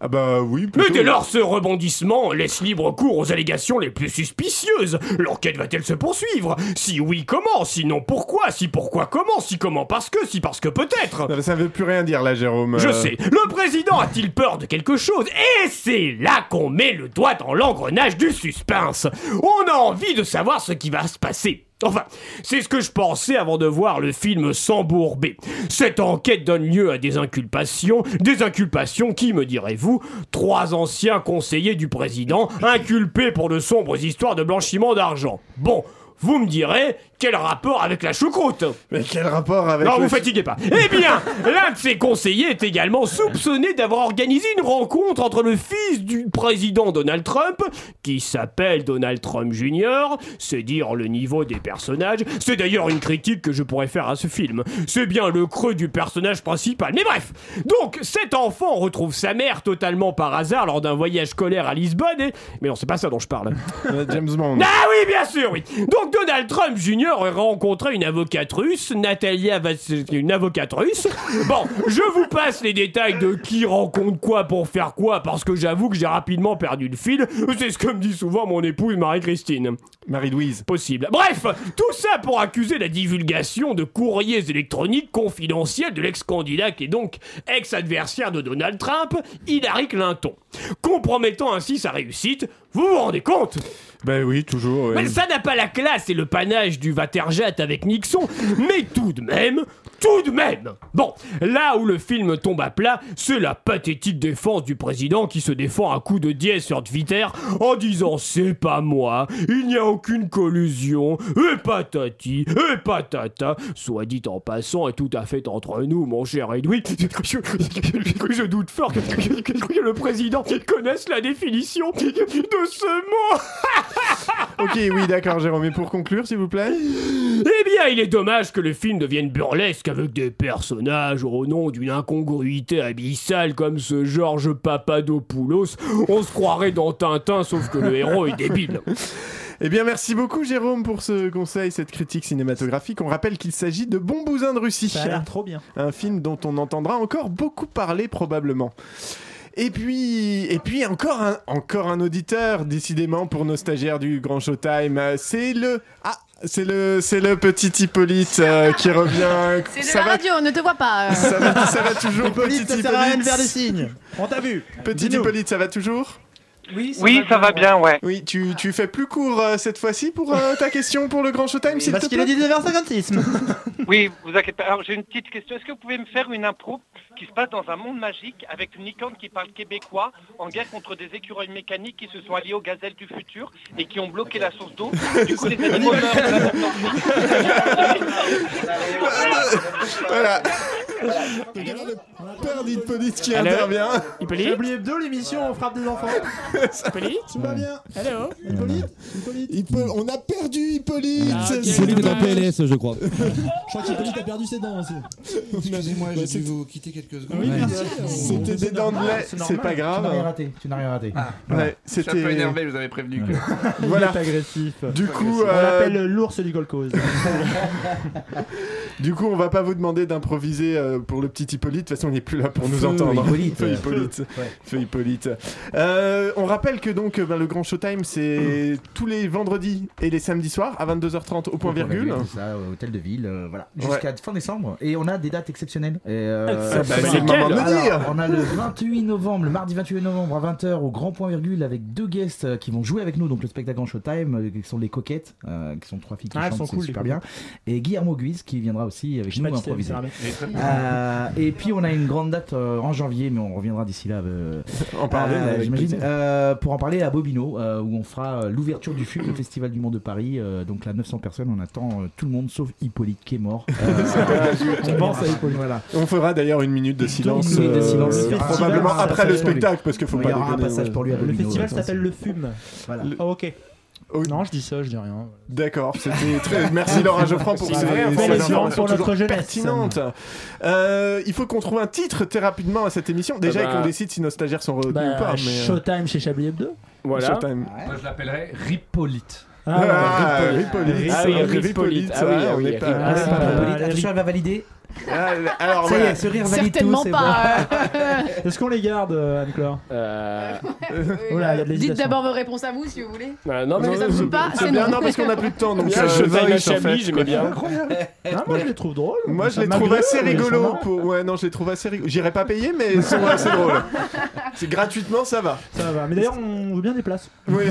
Speaker 8: Ah bah oui, plutôt.
Speaker 17: mais dès lors, ce rebondissement laisse libre cours aux allégations les plus suspicieuses. L'enquête va-t-elle se poursuivre Si oui, comment Sinon, pourquoi Si pourquoi, comment Si comment, parce que Si parce que peut-être
Speaker 8: Non, Ça ne veut plus rien dire là, Jérôme.
Speaker 17: je
Speaker 8: Euh,
Speaker 17: sais, le président a-t-il peur de quelque chose Et c'est là qu'on met le doigt dans l'engrenage du suspense. On a envie de savoir ce qui va se passer. Enfin, c'est ce que je pensais avant de voir le film s'embourber. Cette enquête donne lieu à des inculpations, des inculpations qui, me direz-vous, trois anciens conseillers du président inculpés pour de sombres histoires de blanchiment d'argent. Bon, vous me direz, quel rapport avec la choucroute
Speaker 8: Mais quel rapport avec.
Speaker 17: non,
Speaker 8: le-
Speaker 17: vous fatiguez pas. Eh bien, l'un de ses conseillers est également soupçonné d'avoir organisé une rencontre entre le fils du président Donald Trump, qui s'appelle Donald Trump Jr., c'est dire le niveau des personnages. C'est d'ailleurs une critique que je pourrais faire à ce film. C'est bien le creux du personnage principal. Mais bref, donc cet enfant retrouve sa mère totalement par hasard lors d'un voyage scolaire à Lisbonne. Et... Mais non, c'est pas ça dont je parle.
Speaker 8: Euh, James Bond.
Speaker 17: Ah oui, bien sûr, oui. Donc Donald Trump Jr. a rencontré une avocate russe, Natalia Vass... une avocate russe. Bon, je vous passe les détails de qui rencontre quoi pour faire quoi, parce que j'avoue que j'ai rapidement perdu le fil. C'est ce que me dit souvent mon épouse Marie-Christine.
Speaker 8: Marie-Louise.
Speaker 17: Possible. Bref, tout ça pour accuser la divulgation de courriers électroniques confidentiels de l'ex-candidat qui est donc ex-adversaire de Donald Trump, Hillary Clinton, compromettant ainsi sa réussite. Vous vous rendez compte
Speaker 8: Bah oui, toujours. oui.
Speaker 17: mais ça n'a pas la classe et le panache du Waterjet avec Nixon, mais tout de même,
Speaker 24: Tout de même Bon, là où le film tombe à plat, c'est la pathétique défense du président qui se défend à coups de dièse sur Twitter en disant c'est pas moi, il n'y a aucune collusion, et patati, et patata. Soit dit en passant, et tout à fait entre nous, mon cher Edoui, je, je doute fort que, que- que- que le président connaisse la définition de ce mot
Speaker 8: Ok, oui, d'accord, Jérôme. Et pour conclure, s'il vous plaît
Speaker 24: Eh bien, il est dommage que le film devienne burlesque avec des personnages au nom d'une incongruité abyssale comme ce Georges Papadopoulos. On se croirait dans Tintin, sauf que le héros est débile.
Speaker 8: Eh bien, merci beaucoup, Jérôme, pour ce conseil, cette critique cinématographique. On rappelle qu'il s'agit de Bon Bousin de Russie.
Speaker 10: Ça a l'air trop bien.
Speaker 8: Un film dont on entendra encore beaucoup parler, probablement. Et puis, et puis encore un, encore un auditeur, décidément, pour nos stagiaires du Grand Showtime. Euh, C'est le. Ah! C'est le, c'est le petit Hippolyte euh, qui revient.
Speaker 11: C'est de
Speaker 8: Ça
Speaker 11: la
Speaker 8: va
Speaker 11: radio, on ne te voit pas. euh.
Speaker 8: ça va, ça va toujours,
Speaker 10: Euh, Hippolyte,
Speaker 8: petit
Speaker 10: ça sert à rien de
Speaker 8: Hippolyte.
Speaker 10: faire des signes. On t'a vu.
Speaker 8: Petit
Speaker 10: Dis-nous.
Speaker 8: Hippolyte, ça va toujours
Speaker 10: Oui,
Speaker 8: ça Oui, va ça va
Speaker 10: bien,
Speaker 8: ouais. Oui, tu, tu fais plus court euh, cette fois-ci pour euh, ta question pour le Grand Showtime, s'il
Speaker 10: parce
Speaker 8: te plaît
Speaker 10: qu'il est 19h56.
Speaker 12: Oui, vous inquiétez pas. Alors j'ai une petite question. Est-ce que vous pouvez me faire une impro qui se passe dans un monde magique avec une licorne qui parle québécois en guerre contre des écureuils mécaniques qui se sont alliés aux gazelles du futur et qui ont bloqué la source d'eau Du coup, les animaux meurent.
Speaker 8: Voilà. Père d'Hippolyte qui
Speaker 10: Allô
Speaker 8: intervient.
Speaker 24: Hippolyte
Speaker 10: Chablis Hebdo, l'émission, on frappe des enfants.
Speaker 24: Hippolyte
Speaker 10: Tu vas bien
Speaker 24: Hello
Speaker 10: Hippolyte Hippolyte On a perdu Hippolyte
Speaker 25: Hippolyte est en PLS, je crois.
Speaker 10: Je crois qu'Hippolyte a perdu ses dents aussi.
Speaker 1: Excusez-moi, j'ai dû vous quitter quelques secondes.
Speaker 10: Oui,
Speaker 1: Ouais.
Speaker 10: merci.
Speaker 8: C'était des dents de lait, c'est pas grave. Ah,
Speaker 9: Tu n'as rien raté. Tu n'as rien raté.
Speaker 8: Ouais,
Speaker 1: Je suis un
Speaker 8: c'était-
Speaker 1: peu énervé, je vous avais prévenu. que-
Speaker 8: Voilà.
Speaker 10: Il est agressif.
Speaker 8: Du coup,
Speaker 10: on
Speaker 8: euh,
Speaker 10: l'appelle l'ours du Gold Coast.
Speaker 8: Du coup, on va pas vous demander d'improviser euh, pour le petit Hippolyte. De toute façon, il est plus là pour nous
Speaker 10: Feu
Speaker 8: entendre.
Speaker 10: Hippolyte.
Speaker 8: Feu Hippolyte.
Speaker 10: Ouais.
Speaker 8: Feu Hippolyte. Euh, on rappelle que donc euh, ben, le grand showtime, c'est tous les vendredis et les samedis soirs à 22h30 au point virgule.
Speaker 9: C'est ça, euh, hôtel de ville, euh, voilà.
Speaker 8: Ouais.
Speaker 9: Jusqu'à fin décembre. Et on a des dates exceptionnelles. Et, euh,
Speaker 8: Ah, bah, c'est le moment de le
Speaker 9: Alors,
Speaker 8: dire.
Speaker 9: On a le 28 novembre, le mardi 28 novembre à 20h au Grand Point Virgule avec deux guests euh, qui vont jouer avec nous. Donc le spectacle en showtime, euh, qui sont les coquettes, euh, qui sont trois filles qui
Speaker 10: Ah, elles sont
Speaker 9: chantent, c'est
Speaker 10: cool, les
Speaker 9: super
Speaker 10: coquettes.
Speaker 9: bien. Et Guillermo Guiz qui viendra aussi avec
Speaker 10: pas
Speaker 9: nous
Speaker 10: si c'est
Speaker 9: improviser.
Speaker 10: bien, mais-
Speaker 9: Euh, et puis on a une grande date euh, en janvier, mais on reviendra d'ici là. euh,
Speaker 8: En parler,
Speaker 9: euh,
Speaker 8: avec
Speaker 9: j'imagine.
Speaker 8: plaisir.
Speaker 9: Euh, pour en parler à Bobino, euh, où on fera euh, l'ouverture du FUP, le Festival du Monde de Paris. euh, donc là, 900 personnes, on attend euh, tout le monde sauf Hippolyte qui est mort. Euh, on pense à Hippolyte, voilà.
Speaker 8: On fera d'ailleurs une minute de silence,
Speaker 9: Une minute de
Speaker 8: euh,
Speaker 9: silence.
Speaker 8: euh,
Speaker 9: Le festival,
Speaker 8: probablement
Speaker 9: un
Speaker 8: après le
Speaker 9: passage pour lui.
Speaker 8: spectacle, parce qu'il faut
Speaker 9: Oui,
Speaker 8: pas
Speaker 9: il y aura un
Speaker 8: déconner, euh,
Speaker 9: passage pour lui à
Speaker 8: ouais.
Speaker 10: Le
Speaker 9: Domino,
Speaker 10: festival
Speaker 9: ouais,
Speaker 10: s'appelle
Speaker 9: ça,
Speaker 10: Le Fume.
Speaker 9: Voilà.
Speaker 10: Ah, ok. Non, je dis ça, je dis rien.
Speaker 8: D'accord, c'était très. Merci Laura Geoffrin pour
Speaker 10: C'est
Speaker 8: ces
Speaker 10: vrai,
Speaker 8: ces
Speaker 10: pour notre
Speaker 8: informations
Speaker 10: jeunesse.
Speaker 8: toujours pertinentes. Euh, il faut qu'on trouve un titre très rapidement à cette émission. Déjà,
Speaker 10: Ah bah-
Speaker 8: et qu'on décide si nos stagiaires sont retenus ou pas.
Speaker 10: Bah,
Speaker 8: mais, euh,
Speaker 10: Showtime chez Chablis Hebdo.
Speaker 8: Voilà. Showtime.
Speaker 13: Moi, je l'appellerais Ripolite.
Speaker 10: Ah,
Speaker 8: Ah,
Speaker 10: Ripolite.
Speaker 8: Ripolite.
Speaker 10: Ah oui,
Speaker 8: Ah,
Speaker 10: Ripolite.
Speaker 8: Ripolite,
Speaker 10: Ah oui,
Speaker 8: ouais,
Speaker 10: ah
Speaker 8: on
Speaker 10: oui,
Speaker 8: n'est pas-
Speaker 10: Ripolite.
Speaker 8: on n'est pas
Speaker 10: Ah,
Speaker 8: Ripolite.
Speaker 10: Ripolite.
Speaker 9: Attention, elle va valider.
Speaker 8: Ah, alors
Speaker 9: Ça y
Speaker 8: voilà.
Speaker 9: est, ce rire valide tout.
Speaker 11: Certainement
Speaker 9: c'est
Speaker 11: pas.
Speaker 10: Est-ce qu'on les garde, euh, Anne-Claire
Speaker 8: Euh,
Speaker 10: Oh là, il y a de
Speaker 11: Dites
Speaker 10: l'hésitation.
Speaker 11: d'abord vos réponses à vous si vous voulez.
Speaker 17: Voilà, non,
Speaker 11: Parce que
Speaker 17: mais-
Speaker 11: ça me saoule
Speaker 10: Ah,
Speaker 11: pas,
Speaker 8: Euh, C'est
Speaker 11: c'est
Speaker 8: bien,
Speaker 11: non.
Speaker 8: non, parce qu'on a plus de temps. Donc, euh,
Speaker 17: Bien, je
Speaker 8: vais
Speaker 17: taille ma chabille, j'aimais bien.
Speaker 8: Incroyable.
Speaker 10: Ah, moi, je les trouve drôles.
Speaker 8: Moi, je les
Speaker 10: Malgré euh,
Speaker 8: trouve
Speaker 10: eux,
Speaker 8: assez
Speaker 10: ils sont
Speaker 8: rigolos.
Speaker 10: marrants.
Speaker 8: pour- Ouais, non, je les trouve assez rigolos. J'irai pas payer, mais ils sont assez drôles. C'est gratuitement, ça va.
Speaker 10: Ça va, mais d'ailleurs, on veut bien des places.
Speaker 8: Oui.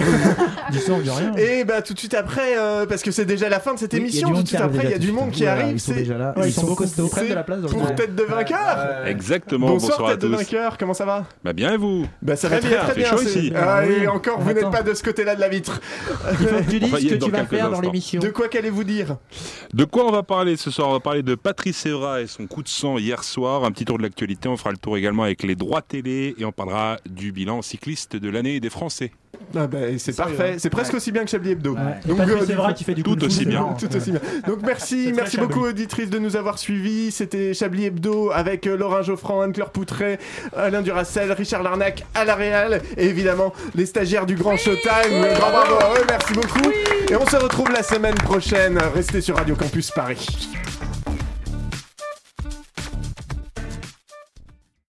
Speaker 10: Dis ça, on dit rien.
Speaker 8: Et bah tout de suite après, euh, parce que c'est déjà la fin de cette
Speaker 10: Oui, il y a
Speaker 8: émission,
Speaker 10: du
Speaker 8: tout
Speaker 10: monde
Speaker 8: de
Speaker 10: qui
Speaker 8: suite
Speaker 10: arrive
Speaker 8: après, il y a
Speaker 10: déjà,
Speaker 8: du
Speaker 10: tout
Speaker 8: monde
Speaker 10: à
Speaker 8: qui
Speaker 10: l'heure.
Speaker 8: arrive.
Speaker 10: Ils sont
Speaker 8: c'est-
Speaker 10: déjà là. Ouais, ils sont beaucoup costauds. Ils prennent de la place dans le
Speaker 8: pour
Speaker 10: jeu.
Speaker 8: tête de vainqueur.
Speaker 26: Exactement,
Speaker 8: Bonsoir,
Speaker 26: Euh, bonsoir à
Speaker 8: tête de
Speaker 26: tous.
Speaker 8: vainqueur, comment ça va
Speaker 26: Bah bien et vous
Speaker 8: Bah ça va très très
Speaker 26: fait
Speaker 8: bien.
Speaker 26: chaud
Speaker 8: c'est-
Speaker 26: ici.
Speaker 8: Ah, et
Speaker 26: oui.
Speaker 8: encore, vous n'êtes pas de ce côté-là de la vitre.
Speaker 10: Il faut que tu
Speaker 26: On
Speaker 10: dises
Speaker 26: va y
Speaker 10: ce
Speaker 26: être
Speaker 10: que tu
Speaker 26: dans
Speaker 10: vas
Speaker 26: quelques
Speaker 10: faire dans
Speaker 26: instants.
Speaker 10: l'émission.
Speaker 8: De quoi qu'allez-vous dire
Speaker 26: De quoi on va parler ce soir On va parler de Patrice Evra et son coup de sang hier soir, un petit tour de l'actualité, on fera le tour également avec les droits télé et on parlera du bilan cycliste de l'année des Français.
Speaker 8: Ah bah, c'est parfait, c'est presque aussi bien que Chablis Hebdo.
Speaker 10: hein. Et Patrick
Speaker 8: euh,
Speaker 10: Sévra qui fait du
Speaker 26: tout
Speaker 10: kung-fu,
Speaker 26: aussi
Speaker 10: c'est
Speaker 26: bien.
Speaker 10: marrant.
Speaker 8: Tout aussi bien. Donc merci,
Speaker 10: très
Speaker 8: merci
Speaker 10: Chablis.
Speaker 8: beaucoup auditrice de nous avoir suivis. C'était Chablis Hebdo avec euh, Laurent Geoffran, Anne-Claire Poutret, Alain Duracel, Richard Larnac à la Réal et évidemment les stagiaires du Grand Showtime. Le grand bravo à eux, merci beaucoup. Et on se retrouve la semaine prochaine. Restez sur Radio Campus Paris.